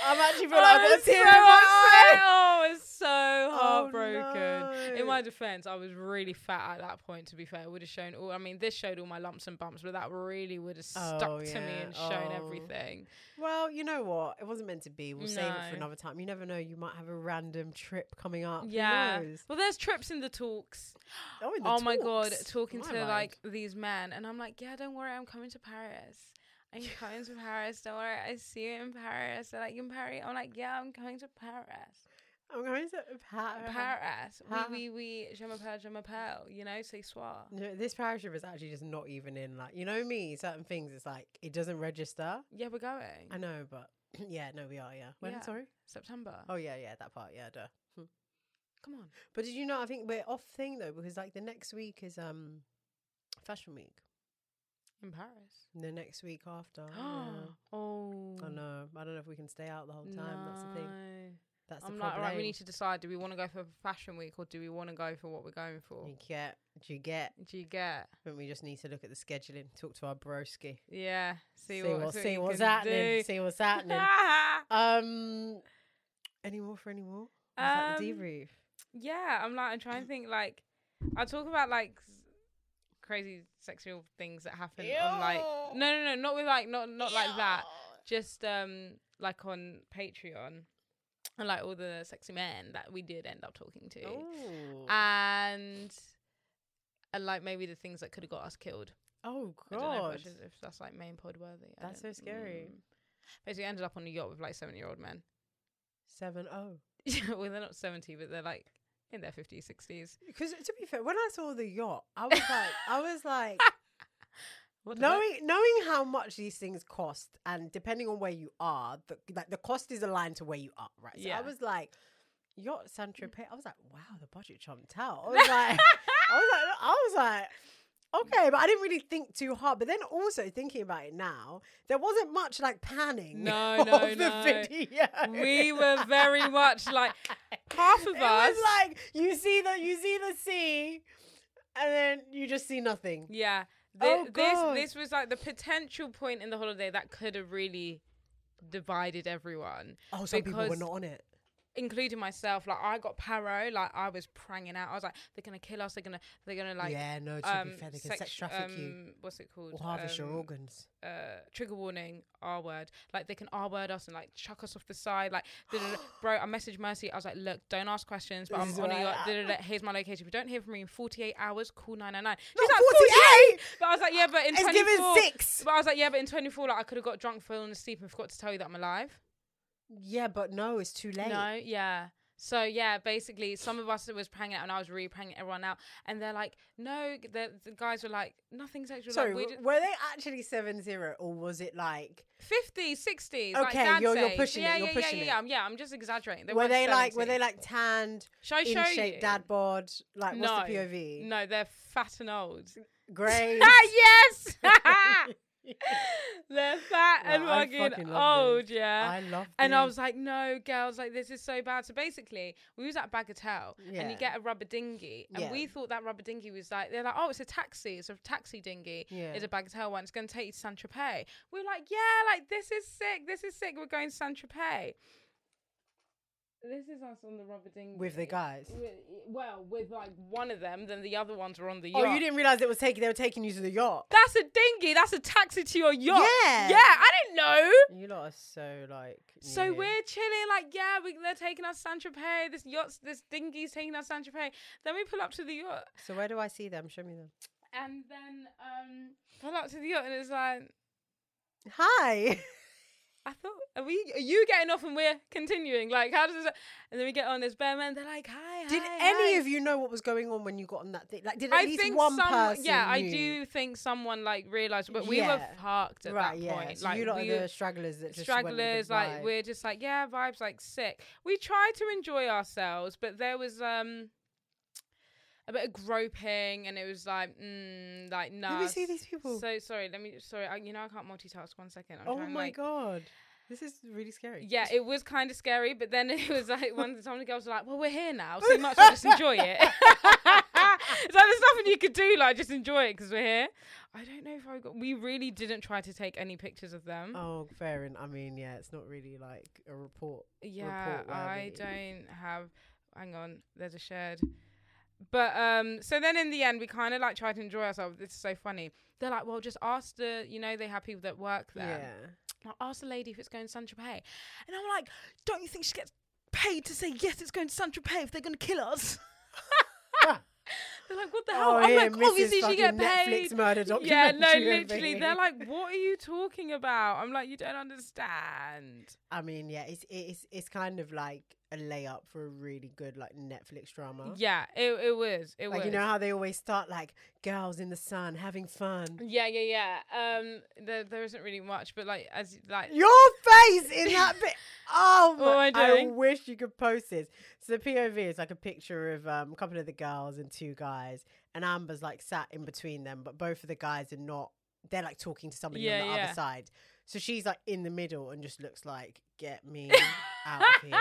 Speaker 2: I'm actually feeling
Speaker 1: I
Speaker 2: like I've got
Speaker 1: was so
Speaker 2: tears in my
Speaker 1: upset.
Speaker 2: eyes.
Speaker 1: Oh, it's so Oh,
Speaker 2: Oh,
Speaker 1: heartbroken.
Speaker 2: no.
Speaker 1: In my defense, I was really fat at that point. To be fair, would have shown all. I mean, this showed all my lumps and bumps, but that really would have stuck
Speaker 2: Oh,
Speaker 1: to me
Speaker 2: yeah.
Speaker 1: and shown
Speaker 2: Oh.
Speaker 1: everything.
Speaker 2: Well, you know what? It wasn't meant to be. We'll save it for
Speaker 1: No.
Speaker 2: another time. You never know. You might have a random trip coming up. Who
Speaker 1: Yeah.
Speaker 2: knows?
Speaker 1: Well, there's trips in the talks.
Speaker 2: Oh, in the
Speaker 1: oh my god,
Speaker 2: talks.
Speaker 1: talking
Speaker 2: My
Speaker 1: to
Speaker 2: mind.
Speaker 1: like these men, and I'm like, yeah, don't worry, I'm coming to Paris. I'm coming to Paris. Don't worry, I see you in Paris. They're like, you in Paris? I'm like, yeah, I'm coming to Paris.
Speaker 2: I'm going to Paris.
Speaker 1: Paris.
Speaker 2: Uh-huh. Huh?
Speaker 1: Oui, oui, oui. Je m'appelle, je m'appelle. You know, say soir.
Speaker 2: No, this parachute is actually just not even in like you know me. Certain things, it's like it doesn't register.
Speaker 1: Yeah, we're going.
Speaker 2: I know, but yeah, no, we are. Yeah, when?
Speaker 1: Yeah.
Speaker 2: Sorry.
Speaker 1: September.
Speaker 2: Oh yeah, yeah, that part. Yeah, duh.
Speaker 1: Come on.
Speaker 2: But did you know? I think we're off thing though because like the next week is um fashion week.
Speaker 1: In Paris.
Speaker 2: And the next week after. yeah.
Speaker 1: oh.
Speaker 2: I know. I don't know if we can stay out the whole time. That's the thing.
Speaker 1: No.
Speaker 2: That's
Speaker 1: I'm
Speaker 2: the
Speaker 1: like,
Speaker 2: problem.
Speaker 1: all right, we need to decide do we want to go for fashion week or do we want to go for what we're going for?
Speaker 2: You get. Do you get?
Speaker 1: Do you get?
Speaker 2: I think we just need to look at the scheduling. Talk to our broski.
Speaker 1: Yeah. See,
Speaker 2: See,
Speaker 1: what,
Speaker 2: what,
Speaker 1: what
Speaker 2: see
Speaker 1: you
Speaker 2: what's
Speaker 1: can
Speaker 2: happening.
Speaker 1: do.
Speaker 2: See what's happening. um, any more for any more? Is that the
Speaker 1: Um,
Speaker 2: debrief?
Speaker 1: yeah, I'm like, I'm trying to think, like, I talk about, like, s- crazy sexual things that happen on, like, no, no, no, not with, like, not, not like that. just um like on Patreon and like all the sexy men that we did end up talking to.
Speaker 2: Oh.
Speaker 1: And and like maybe the things that could have got us killed.
Speaker 2: oh
Speaker 1: I don't know if, I
Speaker 2: god.
Speaker 1: should- if that's like main pod worthy. I
Speaker 2: That's
Speaker 1: don't-
Speaker 2: so scary.
Speaker 1: mm. Basically, I ended up on a yacht with like seven year old men.
Speaker 2: Seven oh.
Speaker 1: well, they're not seventy, but they're like in their fifties, sixties.
Speaker 2: Because to be fair, when I saw the yacht, I was like, I was like,
Speaker 1: What the fuck?
Speaker 2: knowing knowing how much these things cost, and depending on where you are, the, like the cost is aligned to where you are, right? So
Speaker 1: Yeah.
Speaker 2: I was like, yacht San Tropez. I was like, wow, the budget chomped out. I was like, I was like, I was like. Okay, but I didn't really think too hard. But then also thinking about it now, there wasn't much like panning.
Speaker 1: No,
Speaker 2: of
Speaker 1: no,
Speaker 2: the
Speaker 1: no.
Speaker 2: Video.
Speaker 1: we were very much like half of
Speaker 2: it
Speaker 1: us.
Speaker 2: was like you see the you see the sea, and then you just see nothing.
Speaker 1: yeah.
Speaker 2: Oh,
Speaker 1: Thi- this
Speaker 2: God.
Speaker 1: this was like the potential point in the holiday that could have really divided everyone,
Speaker 2: Oh, some people were
Speaker 1: Because-
Speaker 2: not on it.
Speaker 1: including myself. Like I got paro, like I was pranging out. I was like, they're gonna kill us. They're gonna they're gonna like
Speaker 2: yeah, no. To
Speaker 1: um,
Speaker 2: be fair, they can
Speaker 1: sex-
Speaker 2: sex, traffic you
Speaker 1: um, What's it called?
Speaker 2: or harvest your
Speaker 1: Um,
Speaker 2: organs.
Speaker 1: uh, trigger warning, R word. Like they can R word us and like chuck us off the side. Like, da, da, da. bro, I messaged Mercy. I was like, look, don't ask questions, but
Speaker 2: This is
Speaker 1: I'm on
Speaker 2: where
Speaker 1: a
Speaker 2: I
Speaker 1: yacht. Da,
Speaker 2: am.
Speaker 1: da, da. Here's my location. If you don't hear from me in 48 hours, call 999.
Speaker 2: Not
Speaker 1: She's like, 48?
Speaker 2: 48!
Speaker 1: But I was like, yeah, but in
Speaker 2: It's
Speaker 1: 24.
Speaker 2: given six.
Speaker 1: But I was like, yeah, but in 24, like I could have got drunk, fallen asleep, and forgot to tell you that I'm alive.
Speaker 2: Yeah, but no, it's too late.
Speaker 1: No, yeah. So yeah, basically, some of us was pranging out, and I was really pranging everyone out. And they're like, no, the, the guys were like, nothing sexual.
Speaker 2: Sorry,
Speaker 1: like, we
Speaker 2: w-
Speaker 1: just,
Speaker 2: were they actually seven zero, or was it like
Speaker 1: 50, 60s. like
Speaker 2: Okay,
Speaker 1: Dan's
Speaker 2: you're- you're
Speaker 1: age.
Speaker 2: pushing it,
Speaker 1: yeah,
Speaker 2: you're
Speaker 1: yeah,
Speaker 2: pushing
Speaker 1: yeah,
Speaker 2: it.
Speaker 1: yeah, I'm- yeah. I'm just exaggerating. They
Speaker 2: were
Speaker 1: weren't
Speaker 2: they like were
Speaker 1: 70.
Speaker 2: they like tanned,
Speaker 1: Shall I
Speaker 2: in
Speaker 1: show
Speaker 2: shape,
Speaker 1: you?
Speaker 2: dad bod? Like
Speaker 1: no,
Speaker 2: what's the POV?
Speaker 1: No, they're fat and old.
Speaker 2: Grey.
Speaker 1: yes, they're fat and
Speaker 2: Wow, I
Speaker 1: fucking
Speaker 2: fucking love
Speaker 1: old.
Speaker 2: this.
Speaker 1: Yeah.
Speaker 2: I love.
Speaker 1: and I
Speaker 2: this.
Speaker 1: was like, no, girls, like this is so bad. So basically, we was at Bagatelle, and
Speaker 2: Yeah.
Speaker 1: you get a rubber dinghy, and
Speaker 2: Yeah.
Speaker 1: we thought that rubber dinghy was like they're like, oh, it's a taxi, it's a taxi dinghy,
Speaker 2: Yeah.
Speaker 1: it's a Bagatelle one, it's going to take you to Saint Tropez. We were like, yeah, like this is sick, this is sick. We're going to Saint Tropez. This is us on the rubber dinghy
Speaker 2: with the guys.
Speaker 1: With, well, with like one of them, then the other ones were on the yacht.
Speaker 2: Oh, you didn't realize it was taking. They were taking you to the yacht.
Speaker 1: That's a dinghy. That's a taxi to your yacht.
Speaker 2: Yeah.
Speaker 1: Yeah, I didn't know.
Speaker 2: You lot are so like.
Speaker 1: So
Speaker 2: new.
Speaker 1: we're chilling, like, yeah, we, they're taking us San Tropez. This yacht's, this dinghy's taking us San Tropez. Then we pull up to the yacht,
Speaker 2: So where do I see them? Show me them.
Speaker 1: and then um pull up to the yacht, and it's like,
Speaker 2: Hi.
Speaker 1: I thought, are we, are you getting off, and we're continuing? Like, how does it? And then we get on this bear man. They're like, hi,
Speaker 2: Did
Speaker 1: hi,
Speaker 2: any
Speaker 1: hi.
Speaker 2: of you know what was going on when you got on that thing? Like, did at
Speaker 1: I
Speaker 2: least
Speaker 1: think
Speaker 2: one
Speaker 1: someone,
Speaker 2: person?
Speaker 1: yeah, I
Speaker 2: knew?
Speaker 1: do think someone like realized, but we were
Speaker 2: Yeah.
Speaker 1: parked at
Speaker 2: right,
Speaker 1: that
Speaker 2: yeah.
Speaker 1: point.
Speaker 2: So you lot
Speaker 1: we
Speaker 2: are the stragglers that just went with the
Speaker 1: stragglers like
Speaker 2: vibe.
Speaker 1: we're just like yeah vibes like sick we tried to enjoy ourselves but there was um a bit of groping and it was like mm, like no
Speaker 2: Let me see these people.
Speaker 1: so sorry let me sorry I, you know i can't multitask one second I'm
Speaker 2: oh
Speaker 1: trying,
Speaker 2: my
Speaker 1: like,
Speaker 2: god, this is really scary.
Speaker 1: yeah it was kind of scary but then it was like one time the girls were like well we're here now so you might as well just enjoy it it's like there's nothing you could do like just enjoy it because we're here i don't know if i got we really didn't try to take any pictures of them
Speaker 2: Oh, fair and I mean, yeah, it's not really like a report.
Speaker 1: Yeah,
Speaker 2: report
Speaker 1: I
Speaker 2: liability.
Speaker 1: don't have. Hang on, there's a shared. But um, so then in the end, we kind of like tried to enjoy ourselves. This is so funny. They're like, well, just ask the, you know, they have people that work there. Like, ask the lady if it's going to San Tropez. And I'm like, don't you think she gets paid to say yes? It's going to San Tropez if they're going to kill us.
Speaker 2: Yeah.
Speaker 1: They're like, what the hell?
Speaker 2: oh,
Speaker 1: I'm
Speaker 2: yeah,
Speaker 1: like,
Speaker 2: Mrs.
Speaker 1: obviously she
Speaker 2: fucking
Speaker 1: get paid.
Speaker 2: Netflix murder
Speaker 1: Yeah,
Speaker 2: documentary.
Speaker 1: no,
Speaker 2: over
Speaker 1: literally. They're
Speaker 2: here.
Speaker 1: like, what are you talking about? I'm like, you don't understand.
Speaker 2: I mean, yeah, it's it's it's kind of like a layup for a really good like Netflix drama.
Speaker 1: Yeah, it, it was. It
Speaker 2: like
Speaker 1: was.
Speaker 2: you know how they always start like girls in the sun having fun.
Speaker 1: Yeah, yeah, yeah. Um, there, there isn't really much, but like as like
Speaker 2: Your face in that bit. Oh,
Speaker 1: What
Speaker 2: my,
Speaker 1: am I
Speaker 2: I
Speaker 1: doing?
Speaker 2: wish you could post this. So the POV is like a picture of um, a couple of the girls and two guys, and Amber's like sat in between them, but both of the guys are not. They're like talking to somebody
Speaker 1: Yeah,
Speaker 2: on the
Speaker 1: yeah.
Speaker 2: other side. So she's like in the middle and just looks like, "Get me out of here!"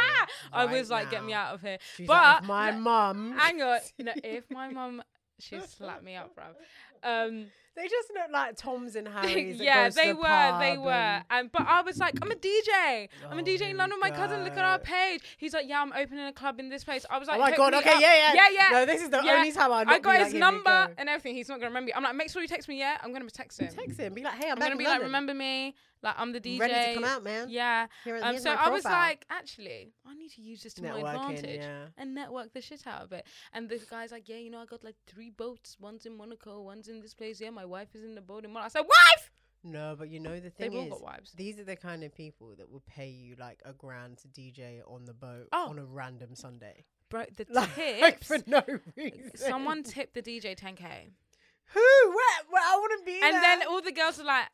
Speaker 1: I
Speaker 2: right
Speaker 1: was like, get me
Speaker 2: now."
Speaker 1: out of here.
Speaker 2: She's
Speaker 1: But
Speaker 2: like, if my
Speaker 1: no,
Speaker 2: mum.
Speaker 1: Hang on, no, if my mum, she slapped me up, bruv. Um,
Speaker 2: They just look like Toms and Harrys. that
Speaker 1: yeah,
Speaker 2: goes to
Speaker 1: they
Speaker 2: the
Speaker 1: were, they
Speaker 2: pub
Speaker 1: were, and...
Speaker 2: and-
Speaker 1: but I was like, I'm a DJ, I'm a
Speaker 2: Oh,
Speaker 1: DJ
Speaker 2: here
Speaker 1: in London.
Speaker 2: we
Speaker 1: My cousin, look at our
Speaker 2: go.
Speaker 1: page. He's like, yeah, I'm opening a club in this place. I was like,
Speaker 2: oh my
Speaker 1: hook
Speaker 2: god!
Speaker 1: me
Speaker 2: Okay,
Speaker 1: up.
Speaker 2: yeah, yeah,
Speaker 1: yeah, yeah.
Speaker 2: No, this is the
Speaker 1: yeah.
Speaker 2: only time I'll
Speaker 1: I
Speaker 2: not be
Speaker 1: got
Speaker 2: like,
Speaker 1: his
Speaker 2: "Here we
Speaker 1: number
Speaker 2: go."
Speaker 1: and everything. He's not gonna remember you. I'm like, make sure you text me. Yeah, I'm gonna text him.
Speaker 2: Text him, be like, "Hey, I'm,
Speaker 1: I'm
Speaker 2: back
Speaker 1: gonna
Speaker 2: in
Speaker 1: be like,
Speaker 2: London."
Speaker 1: remember me? Like I'm the DJ.
Speaker 2: Ready to come out, man.
Speaker 1: Yeah.
Speaker 2: Here at the
Speaker 1: Um,
Speaker 2: end
Speaker 1: so
Speaker 2: of my
Speaker 1: I was
Speaker 2: profile.
Speaker 1: like, actually, I need to use this to my advantage
Speaker 2: yeah.
Speaker 1: and network the shit out of it. And the guy's like, yeah, you know, I got like three boats. One's in Monaco, one's in this place. Yeah, my wife is in the boat in Monaco. I said, wife!
Speaker 2: No, but you know the
Speaker 1: They've
Speaker 2: thing
Speaker 1: all
Speaker 2: is,
Speaker 1: got wives.
Speaker 2: these are the kind of people that will pay you like a grand to DJ on the boat
Speaker 1: Oh.
Speaker 2: on a random Sunday,
Speaker 1: Bro, the
Speaker 2: like
Speaker 1: tips.
Speaker 2: for no reason.
Speaker 1: Someone tipped the DJ 10K.
Speaker 2: who? Where? Well, I want to be
Speaker 1: And
Speaker 2: there.
Speaker 1: then all the girls are like,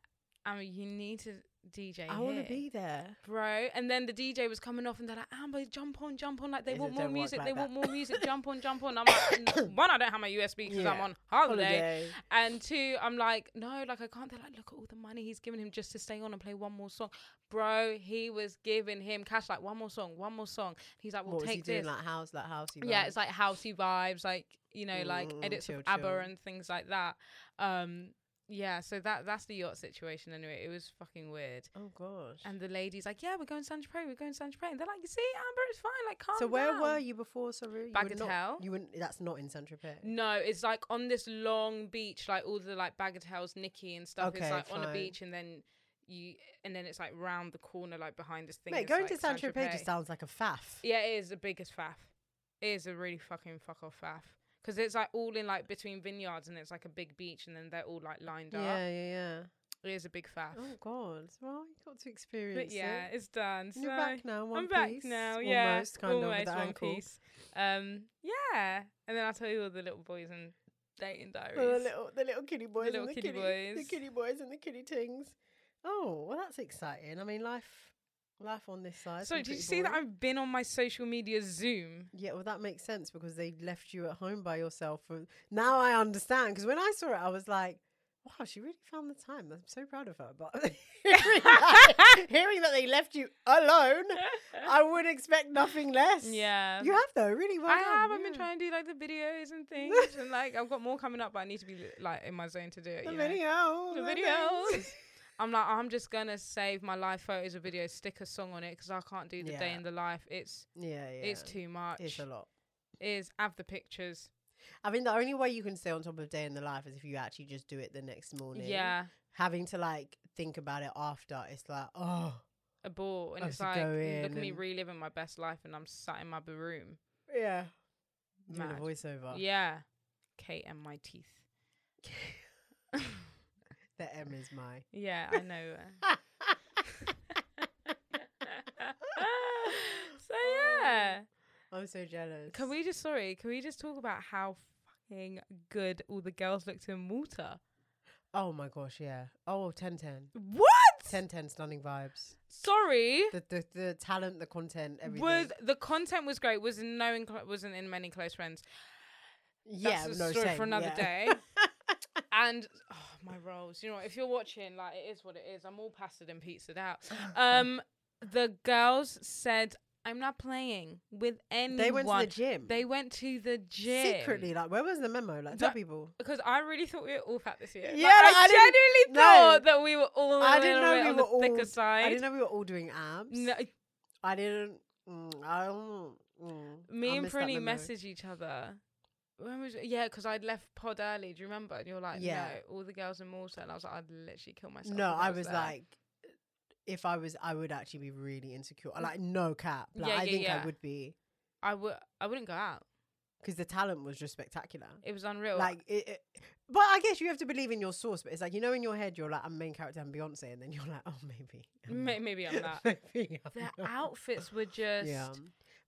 Speaker 1: Amber, you need to DJ.
Speaker 2: I want
Speaker 1: here,
Speaker 2: to be there.
Speaker 1: Bro. And then the DJ was coming off and they're like, Amber, jump on, jump on. Like, they
Speaker 2: It
Speaker 1: want
Speaker 2: don't
Speaker 1: more
Speaker 2: work
Speaker 1: music.
Speaker 2: like
Speaker 1: they
Speaker 2: that.
Speaker 1: want more music. Jump on, jump on. I'm like, "N- one, I don't have my USB because I'm
Speaker 2: Yeah.
Speaker 1: on holiday.
Speaker 2: Holiday.
Speaker 1: And two, I'm like, no, like, I can't. They're like, look at all the money he's giving him just to stay on and play one more song. Bro, he was giving him cash, like, one more song, one more song. He's like, we'll
Speaker 2: what was he
Speaker 1: take
Speaker 2: doing?
Speaker 1: this.
Speaker 2: Like house, like house.
Speaker 1: Yeah, it's like housey vibes, like you know, like
Speaker 2: Mm,
Speaker 1: edits
Speaker 2: chill,
Speaker 1: of ABBA
Speaker 2: chill.
Speaker 1: and things like that. Um, yeah, so that that's the yacht situation anyway. It was fucking weird.
Speaker 2: oh gosh.
Speaker 1: And the lady's like, "Yeah, we're going to Sanctuary, we're going to Sanctuary." And they're like, "You see, Amber, it's fine. Like, calm
Speaker 2: so where were
Speaker 1: down."
Speaker 2: you before? Sorry, you were not-
Speaker 1: Bagatelle.
Speaker 2: You wouldn't. That's not in Saint Tropez.
Speaker 1: No, it's like on this long beach, like all the like bagatelles, Nikki and stuff.
Speaker 2: Okay,
Speaker 1: it's like on a
Speaker 2: fine.
Speaker 1: beach, and then you, and then it's like round the corner, like behind this thing.
Speaker 2: Mate,
Speaker 1: is,
Speaker 2: going
Speaker 1: like,
Speaker 2: to Saint Tropez
Speaker 1: Saint-Tropez.
Speaker 2: just sounds like a faff.
Speaker 1: Yeah, it is the biggest faff. It is a really fucking fuck off faff. Because it's like all in like between vineyards and it's like a big beach and then they're all like lined up.
Speaker 2: yeah, yeah. yeah.
Speaker 1: It is a big faff.
Speaker 2: Oh god. Well, you got to experience
Speaker 1: but yeah,
Speaker 2: it.
Speaker 1: it's done.
Speaker 2: And
Speaker 1: so
Speaker 2: You're back now. in One
Speaker 1: I'm back
Speaker 2: piece,
Speaker 1: now.
Speaker 2: Almost,
Speaker 1: Yeah,
Speaker 2: kind of
Speaker 1: almost
Speaker 2: with the
Speaker 1: one
Speaker 2: ankle.
Speaker 1: piece. Um, yeah, and then I'll tell you all the little boys and dating diaries.
Speaker 2: Oh, the little, the little kitty boys
Speaker 1: little
Speaker 2: and the
Speaker 1: kiddie
Speaker 2: kitty, the
Speaker 1: boys.
Speaker 2: kitty boys and the kitty tings. Oh, well, that's exciting. I mean, life, life on this side.
Speaker 1: so
Speaker 2: been
Speaker 1: did you
Speaker 2: pretty
Speaker 1: see that
Speaker 2: boring.
Speaker 1: I've been on my social media Zoom?
Speaker 2: Yeah, well, that makes sense because they left you at home by yourself. For now, I understand because when I saw it, I was like. Wow, she really found the time. I'm so proud of her. But hearing that, hearing that they left you alone, I would expect nothing less.
Speaker 1: yeah,
Speaker 2: you have though. Really well
Speaker 1: I
Speaker 2: done.
Speaker 1: have. I've been
Speaker 2: yeah.
Speaker 1: trying to do like the videos and things, and like I've got more coming up, but I need to be like in my zone to do it.
Speaker 2: the
Speaker 1: you know?
Speaker 2: video.
Speaker 1: The
Speaker 2: that
Speaker 1: videos.
Speaker 2: means-
Speaker 1: I'm like, I'm just gonna save my life photos or videos, stick a song on it because I can't do the day
Speaker 2: Yeah.
Speaker 1: in the life. It's
Speaker 2: Yeah, yeah.
Speaker 1: it's too much.
Speaker 2: It's
Speaker 1: Is
Speaker 2: a lot.
Speaker 1: have the pictures.
Speaker 2: I mean, the only way you can stay on top of day in the life is if you actually just do it the next morning.
Speaker 1: Yeah,
Speaker 2: Having to like think about it after, it's like, oh,
Speaker 1: a ball, and
Speaker 2: Have
Speaker 1: it's
Speaker 2: to
Speaker 1: like
Speaker 2: go
Speaker 1: mm,
Speaker 2: in
Speaker 1: look at me
Speaker 2: and-
Speaker 1: reliving my best life, and I'm sat in my b- room.
Speaker 2: yeah. Doing a
Speaker 1: Mad.
Speaker 2: voiceover.
Speaker 1: Yeah, Kate and my teeth.
Speaker 2: The M is my.
Speaker 1: yeah, I know. uh. so
Speaker 2: Oh.
Speaker 1: yeah,
Speaker 2: I'm so jealous.
Speaker 1: can we just sorry? Can we just talk about how fucking good all the girls looked in Malta?
Speaker 2: Oh my gosh, yeah. Oh, 10 10.
Speaker 1: What?
Speaker 2: 10 10, stunning vibes.
Speaker 1: Sorry.
Speaker 2: The, the the talent, the content, everything.
Speaker 1: was the content was great. Was no in, wasn't in many close friends.
Speaker 2: yeah,
Speaker 1: that's a
Speaker 2: no,
Speaker 1: story for
Speaker 2: same,
Speaker 1: another
Speaker 2: yeah.
Speaker 1: And oh, my roles, you know, if you're watching, like it is what it is. I'm all pastaed and pizzaed out. Um, the girls said, "I'm not playing with anyone."
Speaker 2: they went to the gym.
Speaker 1: They went to the gym
Speaker 2: secretly, like, where was the memo? Like, tell
Speaker 1: That-
Speaker 2: people.
Speaker 1: because I really thought we were all fat this year. Like,
Speaker 2: Yeah,
Speaker 1: I,
Speaker 2: I didn't-
Speaker 1: genuinely
Speaker 2: no.
Speaker 1: thought that we were all. I
Speaker 2: I
Speaker 1: didn't
Speaker 2: didn't know we
Speaker 1: know we
Speaker 2: were all-
Speaker 1: on the thicker side.
Speaker 2: I didn't know we were all doing abs.
Speaker 1: No,
Speaker 2: I didn't. Mm, I don't. Mm,
Speaker 1: me
Speaker 2: I
Speaker 1: and
Speaker 2: missed that
Speaker 1: Prinny
Speaker 2: memo.
Speaker 1: message each other. When was yeah? Because I'd left pod early. Do you remember? And you're like, yeah,
Speaker 2: Yeah.
Speaker 1: no, all the girls in Malta, and I was like, I'd literally kill myself.
Speaker 2: No,
Speaker 1: if
Speaker 2: I was
Speaker 1: there.
Speaker 2: like, if I was, I would actually be really insecure. Like, no cap. Like,
Speaker 1: Mm. Yeah,
Speaker 2: I
Speaker 1: yeah,
Speaker 2: think
Speaker 1: yeah.
Speaker 2: I would be
Speaker 1: I would, I wouldn't go out.
Speaker 2: because the talent was just spectacular.
Speaker 1: It was unreal.
Speaker 2: Like, it, it, but I guess you have to believe in your source. But it's like you know, in your head, you're like, I'm main character, I'm Beyonce, and then you're like, oh, maybe, I'm
Speaker 1: May-
Speaker 2: not.
Speaker 1: maybe I'm not.
Speaker 2: maybe I'm
Speaker 1: Their
Speaker 2: not.
Speaker 1: outfits were just.
Speaker 2: Yeah.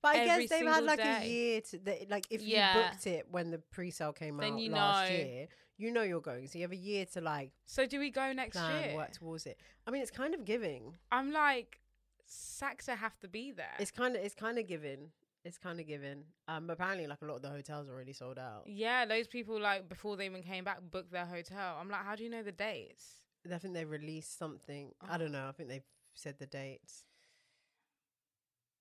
Speaker 2: But I
Speaker 1: every
Speaker 2: guess they've had
Speaker 1: single
Speaker 2: like a
Speaker 1: day.
Speaker 2: year to the, like if
Speaker 1: Yeah.
Speaker 2: you booked it when the pre-sale came
Speaker 1: Then
Speaker 2: out
Speaker 1: you
Speaker 2: last
Speaker 1: know.
Speaker 2: year, you know you're going. So you have a year to like
Speaker 1: So do we go next
Speaker 2: plan,
Speaker 1: year?
Speaker 2: work towards it. I mean, it's kind of giving.
Speaker 1: I'm like, Saxa have to be there.
Speaker 2: It's kind of it's kind of giving. It's kind of giving. Um, but apparently, like a lot of the hotels are already sold out.
Speaker 1: yeah, those people like before they even came back booked their hotel. I'm like, how do you know the dates?
Speaker 2: I think they released something. I don't know. I think they said the dates.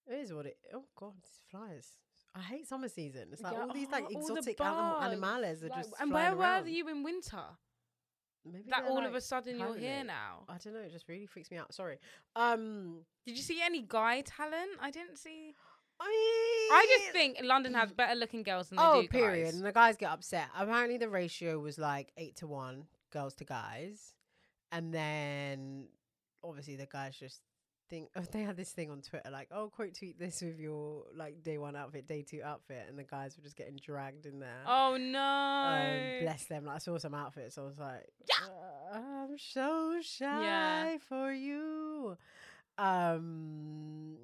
Speaker 2: It is what it. Oh God, it's flies. I hate summer season. It's like
Speaker 1: Yeah,
Speaker 2: all these like
Speaker 1: oh, all the
Speaker 2: exotic animal
Speaker 1: bugs.
Speaker 2: animales are
Speaker 1: Like,
Speaker 2: just.
Speaker 1: and where
Speaker 2: flying around.
Speaker 1: were you in winter?
Speaker 2: Maybe
Speaker 1: That
Speaker 2: they're,
Speaker 1: all
Speaker 2: like,
Speaker 1: of a sudden you're
Speaker 2: hiding
Speaker 1: here
Speaker 2: it.
Speaker 1: now.
Speaker 2: I don't know. It just really freaks me out. Sorry. Um,
Speaker 1: Did you see any guy talent? I didn't see.
Speaker 2: I,
Speaker 1: I just think London has better looking girls than they
Speaker 2: oh,
Speaker 1: do
Speaker 2: period.
Speaker 1: guys.
Speaker 2: And the guys get upset. Apparently, the ratio was like eight to one, girls to guys, and then obviously the guys just think oh, they had this thing on Twitter like, oh, quote tweet this with your like day one outfit, day two outfit, and the guys were just getting dragged in there.
Speaker 1: Oh
Speaker 2: Um,
Speaker 1: no.
Speaker 2: bless them. Like I saw some outfits, I was like,
Speaker 1: Yeah.
Speaker 2: "Uh, I'm so shy for you. Um,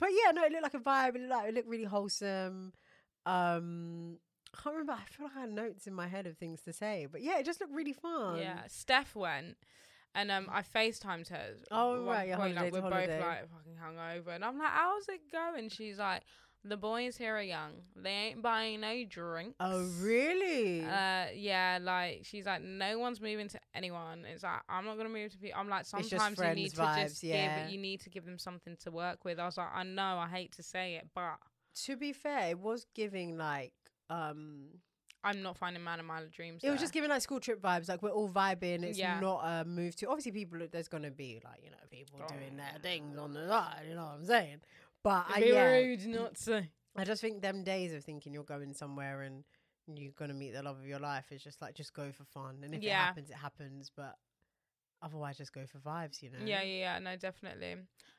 Speaker 2: but yeah, no, it looked like a vibe. It looked, like, it looked really wholesome. Um, I can't remember. I feel like I had notes in my head of things to say, but yeah, it just looked really fun.
Speaker 1: Yeah, Steph went, and um, I FaceTimed her. at
Speaker 2: Oh,
Speaker 1: one
Speaker 2: right, your
Speaker 1: point,
Speaker 2: holiday
Speaker 1: like,
Speaker 2: to
Speaker 1: we're
Speaker 2: holiday.
Speaker 1: both like fucking hungover, and I'm like, "How's it going?" She's like, "The boys here are young. They ain't buying no drinks."
Speaker 2: Oh, really?
Speaker 1: Uh, yeah, like she's like, "No one's moving to anyone." It's like I'm not gonna move to people. I'm like,
Speaker 2: just
Speaker 1: sometimes you need
Speaker 2: friends
Speaker 1: to just
Speaker 2: vibes, yeah.
Speaker 1: give it. You need to give them something to work with. I was like, I know, I hate to say it, but
Speaker 2: to be fair, it was giving like um
Speaker 1: I'm not finding man of my dreams.
Speaker 2: it was just
Speaker 1: there.
Speaker 2: giving like school trip vibes, like we're all vibing. It's
Speaker 1: Yeah.
Speaker 2: not a move to obviously people there's gonna be like, you know, people
Speaker 1: Oh,
Speaker 2: doing their
Speaker 1: yeah.
Speaker 2: things on the side, you know what I'm saying? But I
Speaker 1: It'd be
Speaker 2: yeah,
Speaker 1: rude not to.
Speaker 2: I just think them days of thinking you're going somewhere and you're gonna meet the love of your life is just like just go for fun. And if
Speaker 1: Yeah.
Speaker 2: it happens, it happens, but otherwise just go for vibes, you know.
Speaker 1: Yeah, yeah, yeah. No, definitely. I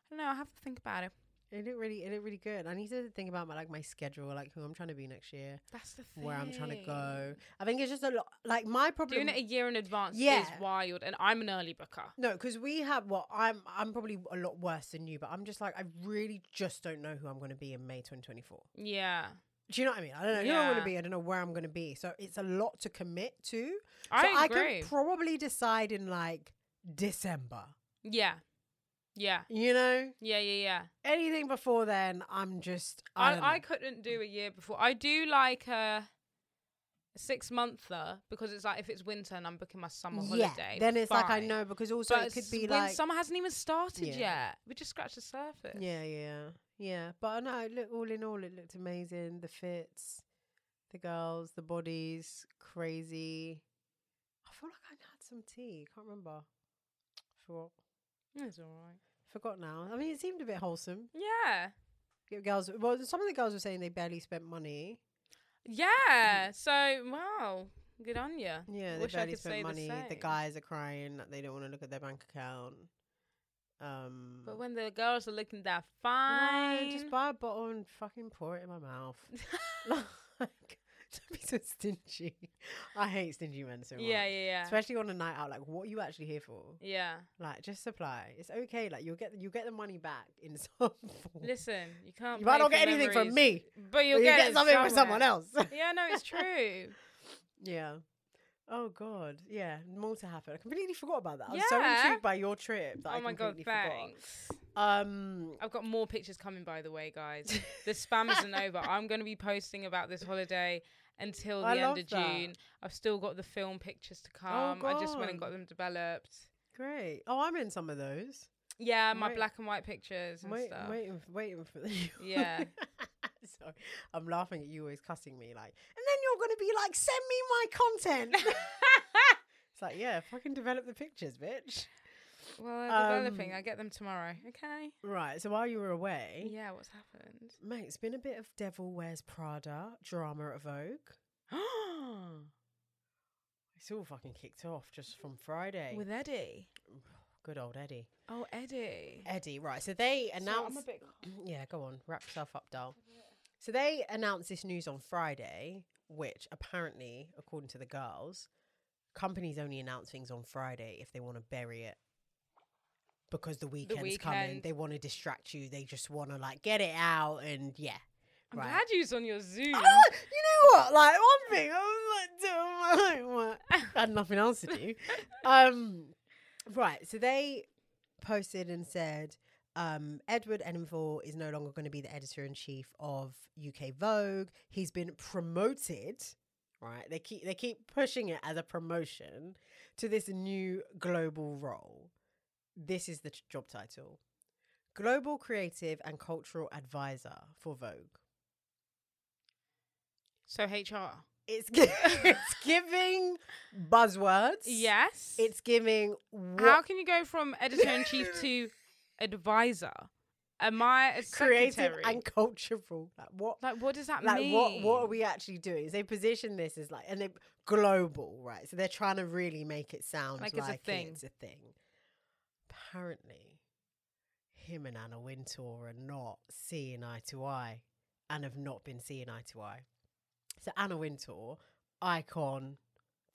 Speaker 1: don't know. I have to think about it.
Speaker 2: It looked really it looked really good. I need to think about my like my schedule, like who I'm trying to be next year.
Speaker 1: That's the thing.
Speaker 2: where I'm trying to go. I think it's just a lot. Like my problem.
Speaker 1: Doing it a year in advance is
Speaker 2: Yeah.
Speaker 1: wild, and I'm an early booker.
Speaker 2: no, because we have. Well, I'm I'm probably a lot worse than you, but I'm just like I really just don't know who I'm going to be in May 2024.
Speaker 1: Yeah,
Speaker 2: Do you know what I mean? I don't know who I'm going
Speaker 1: Yeah.
Speaker 2: to be. I don't know where I'm going to be. So it's a lot to commit to. So
Speaker 1: I agree.
Speaker 2: I can probably decide in like December.
Speaker 1: yeah, yeah,
Speaker 2: You know,
Speaker 1: yeah, yeah, yeah.
Speaker 2: anything before then, I'm just. I don't know.
Speaker 1: I, I couldn't do a year before. I do like a six monther because it's like if it's winter and I'm booking my summer
Speaker 2: yeah.
Speaker 1: holiday.
Speaker 2: Then it's like I
Speaker 1: fine.
Speaker 2: know because also
Speaker 1: But
Speaker 2: it could
Speaker 1: it's
Speaker 2: be
Speaker 1: when
Speaker 2: like
Speaker 1: summer hasn't even started
Speaker 2: Yeah.
Speaker 1: yet. We just scratched the surface.
Speaker 2: Yeah, yeah, yeah. But I know, look, all in all, it looked amazing. The fits, the girls, the bodies, crazy. I feel like I had some tea. Can't remember. Forgot.
Speaker 1: it's all right.
Speaker 2: Forgot now. I mean, it seemed a bit wholesome.
Speaker 1: Yeah.
Speaker 2: The Girls, well, some of the girls were saying they barely spent money.
Speaker 1: Yeah. So wow, good on you.
Speaker 2: Yeah, they
Speaker 1: Wish I
Speaker 2: barely
Speaker 1: could
Speaker 2: spent
Speaker 1: say
Speaker 2: money.
Speaker 1: The,
Speaker 2: The,
Speaker 1: same.
Speaker 2: guys are crying that they don't want to look at their bank account. Um,
Speaker 1: But when the girls are looking that
Speaker 2: No,
Speaker 1: fine,
Speaker 2: just buy a bottle and fucking pour it in my mouth. like, don't be so stingy. I hate stingy men so much.
Speaker 1: yeah, yeah, yeah,
Speaker 2: Especially on a night out, like what are you actually here for?
Speaker 1: yeah.
Speaker 2: Like just supply. It's okay. Like you'll get you'll get the money back in some form.
Speaker 1: Listen, you can't.
Speaker 2: You might
Speaker 1: pay
Speaker 2: not
Speaker 1: for
Speaker 2: get anything from
Speaker 1: memories,
Speaker 2: me,
Speaker 1: but
Speaker 2: but
Speaker 1: you'll
Speaker 2: you
Speaker 1: get,
Speaker 2: get
Speaker 1: it
Speaker 2: something from someone
Speaker 1: somewhere.
Speaker 2: else.
Speaker 1: yeah, no, it's true.
Speaker 2: yeah. Oh god. Yeah. More to happen. I completely forgot about that. I was
Speaker 1: Yeah.
Speaker 2: so intrigued by your trip that I
Speaker 1: oh my god,
Speaker 2: completely forgot.
Speaker 1: thanks.
Speaker 2: Um.
Speaker 1: I've got more pictures coming, by the way, guys. The spam isn't over. I'm going to be posting about this holiday until the
Speaker 2: I
Speaker 1: end
Speaker 2: love
Speaker 1: of
Speaker 2: that. Oh,
Speaker 1: June. I've still got the film pictures to come. I just went and
Speaker 2: God.
Speaker 1: got them developed.
Speaker 2: Great. Oh, I'm in some of those.
Speaker 1: Yeah, my
Speaker 2: Wait.
Speaker 1: black and white pictures and
Speaker 2: Wait,
Speaker 1: stuff.
Speaker 2: waiting, f- waiting for the
Speaker 1: Yeah.
Speaker 2: Sorry, I'm laughing at you always cussing me like, and then you're gonna be like, send me my content. it's like, yeah, fucking develop the pictures, bitch.
Speaker 1: well, they're developing.
Speaker 2: Um,
Speaker 1: I get them tomorrow. Okay.
Speaker 2: Right. So while you were away,
Speaker 1: Yeah, what's happened?
Speaker 2: mate, it's been a bit of Devil Wears Prada drama at Vogue. It's all fucking kicked off just from Friday.
Speaker 1: With Eddie.
Speaker 2: Good old Eddie.
Speaker 1: Oh, Eddie.
Speaker 2: Eddie. Right. So they
Speaker 1: I'm
Speaker 2: announced.
Speaker 1: a bit.
Speaker 2: Yeah, go on. Wrap yourself up, doll. So they announced this news on Friday, which apparently, according to the girls, companies only announce things on Friday if they want to bury it. Because the weekend's coming.
Speaker 1: weekend.
Speaker 2: They want to distract you. They just want to like get it out and yeah.
Speaker 1: I'm
Speaker 2: right.
Speaker 1: glad you was on your Zoom.
Speaker 2: Ah, you know what? Like one thing, I was like doing my homework. I had nothing else to do. Um, right. So they posted and said, um, Edward Enninful is no longer going to be the editor in chief of UK Vogue. He's been promoted. Right. They keep they keep pushing it as a promotion to this new global role. This is the t- job title. Global Creative and Cultural Advisor for Vogue.
Speaker 1: so HR.
Speaker 2: It's gi- it's giving buzzwords.
Speaker 1: Yes.
Speaker 2: It's giving what
Speaker 1: how can you go from editor in chief to advisor? Am I a
Speaker 2: creative
Speaker 1: secretary?
Speaker 2: and cultural. Like what?
Speaker 1: like, what does that
Speaker 2: Like
Speaker 1: mean?
Speaker 2: what? What are we actually doing? They position this as like and they global, right? So they're trying to really make it sound
Speaker 1: Like
Speaker 2: like,
Speaker 1: it's a thing.
Speaker 2: It's a thing. apparently him and Anna Wintour are not seeing eye to eye and have not been seeing eye to eye. So Anna Wintour, icon,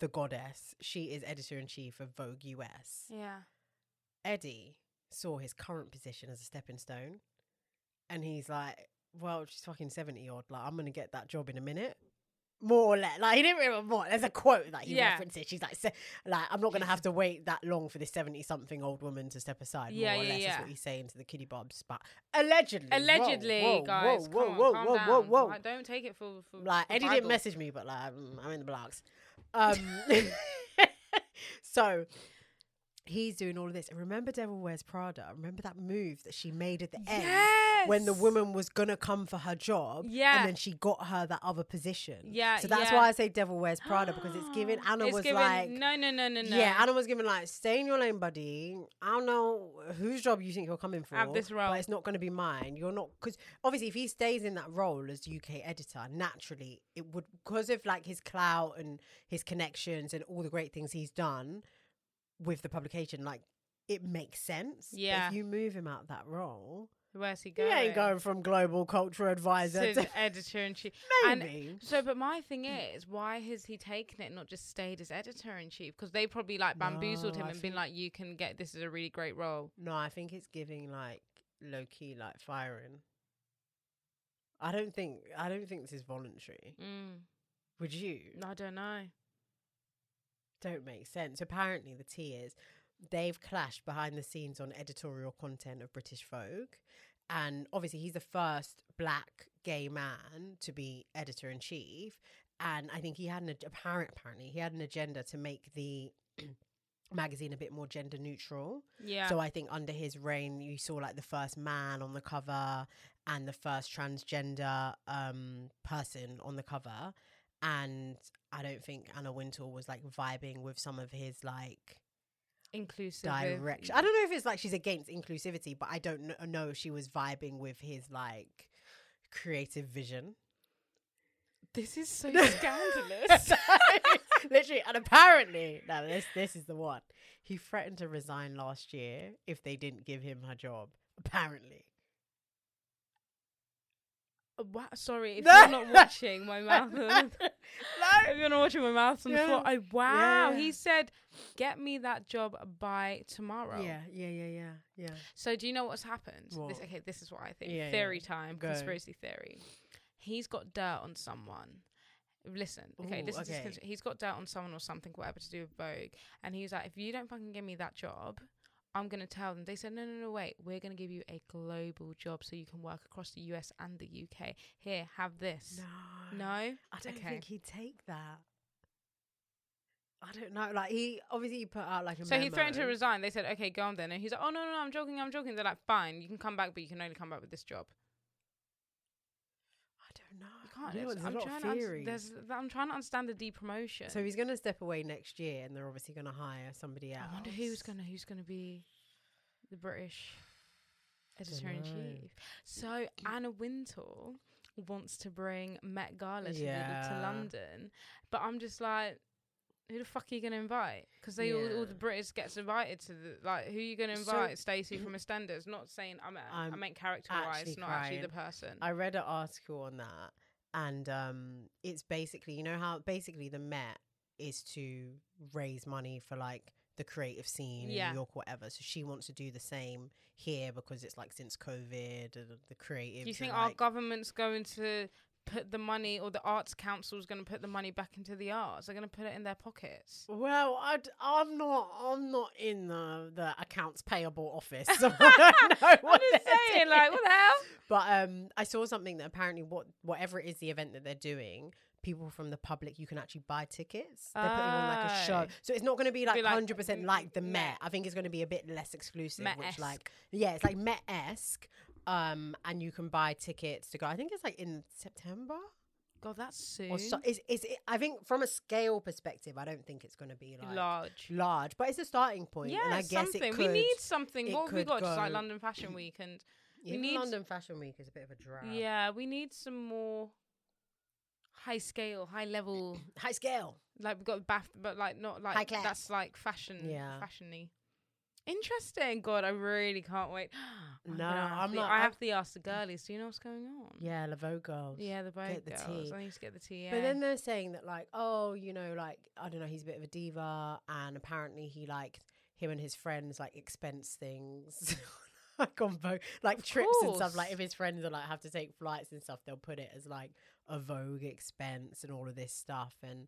Speaker 2: the goddess, she is editor in chief of Vogue US.
Speaker 1: Yeah.
Speaker 2: Eddie saw his current position as a stepping stone and he's like, Well, she's fucking 70 odd, like I'm gonna get that job in a minute. More or less, like he didn't remember more. There's a quote that he
Speaker 1: Yeah.
Speaker 2: references. She's like, "Se- like I'm not going to have to wait that long for this seventy-something old woman to step aside.
Speaker 1: Yeah,
Speaker 2: more or
Speaker 1: yeah,
Speaker 2: less is
Speaker 1: yeah.
Speaker 2: what he's saying to the kiddie bobs, but allegedly, whoa,
Speaker 1: Allegedly,
Speaker 2: whoa,
Speaker 1: guys.
Speaker 2: whoa,
Speaker 1: come
Speaker 2: whoa,
Speaker 1: on, calm
Speaker 2: whoa,
Speaker 1: down.
Speaker 2: whoa, whoa,
Speaker 1: Like, don't take it for. for
Speaker 2: like
Speaker 1: for
Speaker 2: Eddie
Speaker 1: Bible.
Speaker 2: didn't message me, but like I'm, I'm in the blocks. Um, so he's doing all of this. And remember, Devil Wears Prada. Remember that move that she made at the end
Speaker 1: Yes.
Speaker 2: when the woman was gonna come for her job,
Speaker 1: Yeah.
Speaker 2: and then she got her that other position.
Speaker 1: Yeah,
Speaker 2: So that's
Speaker 1: yeah.
Speaker 2: why I say Devil Wears Prada because it's given. Anna
Speaker 1: It's
Speaker 2: was
Speaker 1: given-
Speaker 2: like.
Speaker 1: no, no, no, no, no.
Speaker 2: Yeah, Anna was given like, stay in your lane, buddy. I don't know whose job you think you're coming for.
Speaker 1: Have this role.
Speaker 2: but it's not going to be mine. You're not because obviously, if he stays in that role as UK editor, naturally it would because of like his clout and his connections and all the great things he's done with the publication. Like, it makes sense. But
Speaker 1: Yeah.
Speaker 2: if you move him out that role,
Speaker 1: Where's he
Speaker 2: you
Speaker 1: going?
Speaker 2: ain't going from global cultural advisor
Speaker 1: to
Speaker 2: to
Speaker 1: editor in chief. and-
Speaker 2: maybe. Hmm.
Speaker 1: So, but my thing is, why has he taken it and not just stayed as editor in chief? Because they probably like bamboozled
Speaker 2: No,
Speaker 1: him
Speaker 2: Oh, I
Speaker 1: and been
Speaker 2: think-
Speaker 1: like, "You can get this is a really great role."
Speaker 2: No, I think it's giving like low key like firing. I don't think I don't think this is voluntary.
Speaker 1: Mm,
Speaker 2: Would you?
Speaker 1: I don't know.
Speaker 2: Don't make sense. Apparently the tea is they've clashed behind the scenes on editorial content of British Vogue. And obviously he's the first black gay man to be editor in chief. And I think he had an ag- apparent apparently he had an agenda to make the magazine a bit more gender neutral.
Speaker 1: Yeah.
Speaker 2: So I think under his reign, you saw like the first man on the cover and the first transgender um, person on the cover. And I don't think Anna Wintour was like vibing with some of his like
Speaker 1: Inclusive.
Speaker 2: direction. I don't know if it's like she's against inclusivity, but I don't kn- know if she was vibing with his like creative vision.
Speaker 1: This is so scandalous.
Speaker 2: So, literally, and apparently, now this this is the one. He threatened to resign last year if they didn't give him her job. Apparently,
Speaker 1: wow, sorry, if
Speaker 2: No.
Speaker 1: you're not watching my mouth. on-
Speaker 2: No.
Speaker 1: If you're not watching my mouth on the floor,
Speaker 2: Yeah.
Speaker 1: I wow.
Speaker 2: Yeah.
Speaker 1: He said, "Get me that job by tomorrow."
Speaker 2: Yeah, yeah, yeah, yeah, yeah.
Speaker 1: So do you know what's happened? This,
Speaker 2: What?
Speaker 1: okay, this is what I think.
Speaker 2: Yeah, yeah.
Speaker 1: theory time,
Speaker 2: Go.
Speaker 1: conspiracy theory. He's got dirt on someone. Listen, okay,
Speaker 2: Ooh,
Speaker 1: listen. to this
Speaker 2: okay.
Speaker 1: cons- he's got dirt on someone or something, whatever to do with Vogue, and he was like, "If you don't fucking give me that job." I'm gonna tell them. They said, no, no, no, wait. We're gonna give you a global job so you can work across the U.S. and the U.K. Here, have this.
Speaker 2: No,
Speaker 1: No,
Speaker 2: I don't
Speaker 1: Okay.
Speaker 2: think he'd take that. I don't know. Like he obviously he put out like a.
Speaker 1: So he threatened to
Speaker 2: memo.
Speaker 1: resign. They said, okay, go on then. And he's like, oh, no, no, no, I'm joking, I'm joking. They're like, fine, you can come back, but you can only come back with this job.
Speaker 2: I don't know.
Speaker 1: You can't.
Speaker 2: You know,
Speaker 1: it's-
Speaker 2: there's a
Speaker 1: I'm,
Speaker 2: lot of
Speaker 1: trying to uns-
Speaker 2: theories.
Speaker 1: there's, I'm trying to understand the depromotion.
Speaker 2: So he's going to step away next year, and they're obviously going to hire somebody else.
Speaker 1: I wonder who's gonna who's gonna be the British editor in
Speaker 2: Dunno.
Speaker 1: chief. So Anna Wintour wants to bring Met Gala to, the, to
Speaker 2: Yeah.
Speaker 1: London, but I'm just like. Who the fuck are you gonna invite? Because they all, all the
Speaker 2: Yeah.
Speaker 1: British gets invited to the like. Who are you gonna
Speaker 2: So-
Speaker 1: invite? Stacey from EastEnders. Not saying I'm. A, i am I
Speaker 2: I'm
Speaker 1: meant character wise,
Speaker 2: actually
Speaker 1: not actually the person.
Speaker 2: I read an article on that, and um, it's basically you know how basically the Met is to raise money for like the creative scene
Speaker 1: Yeah.
Speaker 2: in New York, whatever. So she wants to do the same here because it's like since COVID, uh, the creative.
Speaker 1: Do you think our government's going to put the money, or the arts council's going to put the money back into the arts? They're going to put it in their pockets.
Speaker 2: Well, i am not. I'm not in the the accounts payable office. So I don't know
Speaker 1: I'm
Speaker 2: what
Speaker 1: just
Speaker 2: they're
Speaker 1: saying, like,
Speaker 2: doing.
Speaker 1: what the hell?
Speaker 2: But um, I saw something that apparently, what whatever it is, the event that they're doing, people from the public, you can actually buy tickets. They're putting on like a show,
Speaker 1: Oh.
Speaker 2: so it's not going to be like
Speaker 1: like
Speaker 2: hundred percent
Speaker 1: m-
Speaker 2: like the
Speaker 1: Met.
Speaker 2: Met. I think it's going to be a bit less exclusive,
Speaker 1: Met-esque.
Speaker 2: which like yeah, it's like Met esque. Um, and you can buy tickets to go. I think it's like in September
Speaker 1: God, that's soon.
Speaker 2: or so. Is is it, I think from a scale perspective, I don't think it's going to be like
Speaker 1: large.
Speaker 2: large, but it's a starting point,
Speaker 1: Yeah,
Speaker 2: and I guess
Speaker 1: something.
Speaker 2: it could.
Speaker 1: we need something.
Speaker 2: it
Speaker 1: What have we
Speaker 2: could
Speaker 1: got? Just like
Speaker 2: go-
Speaker 1: London Fashion Week, and we
Speaker 2: Even
Speaker 1: need-
Speaker 2: London Fashion Week is a bit of a drag.
Speaker 1: yeah, we need some more high scale, high level.
Speaker 2: high scale.
Speaker 1: Like we've got Bath, but like not like
Speaker 2: High class.
Speaker 1: that's like fashion,
Speaker 2: Yeah.
Speaker 1: fashiony. Interesting. God, I really can't wait. I'm
Speaker 2: No,
Speaker 1: gonna have
Speaker 2: I'm
Speaker 1: to-
Speaker 2: not-
Speaker 1: I
Speaker 2: I'm-
Speaker 1: have to ask the girlies. Do you know what's going on?
Speaker 2: Yeah, Laveau girls.
Speaker 1: Yeah, the boat
Speaker 2: Get the
Speaker 1: girls.
Speaker 2: tea.
Speaker 1: I need to get the tea. Yeah.
Speaker 2: But then they're saying that like, oh, you know, like I don't know, he's a bit of a diva, and apparently he like him and his friends like expense things. Like on Vogue, like
Speaker 1: Of
Speaker 2: trips and stuff. Like
Speaker 1: course.
Speaker 2: if his friends are like have to take flights and stuff, they'll put it as like a Vogue expense and all of this stuff. And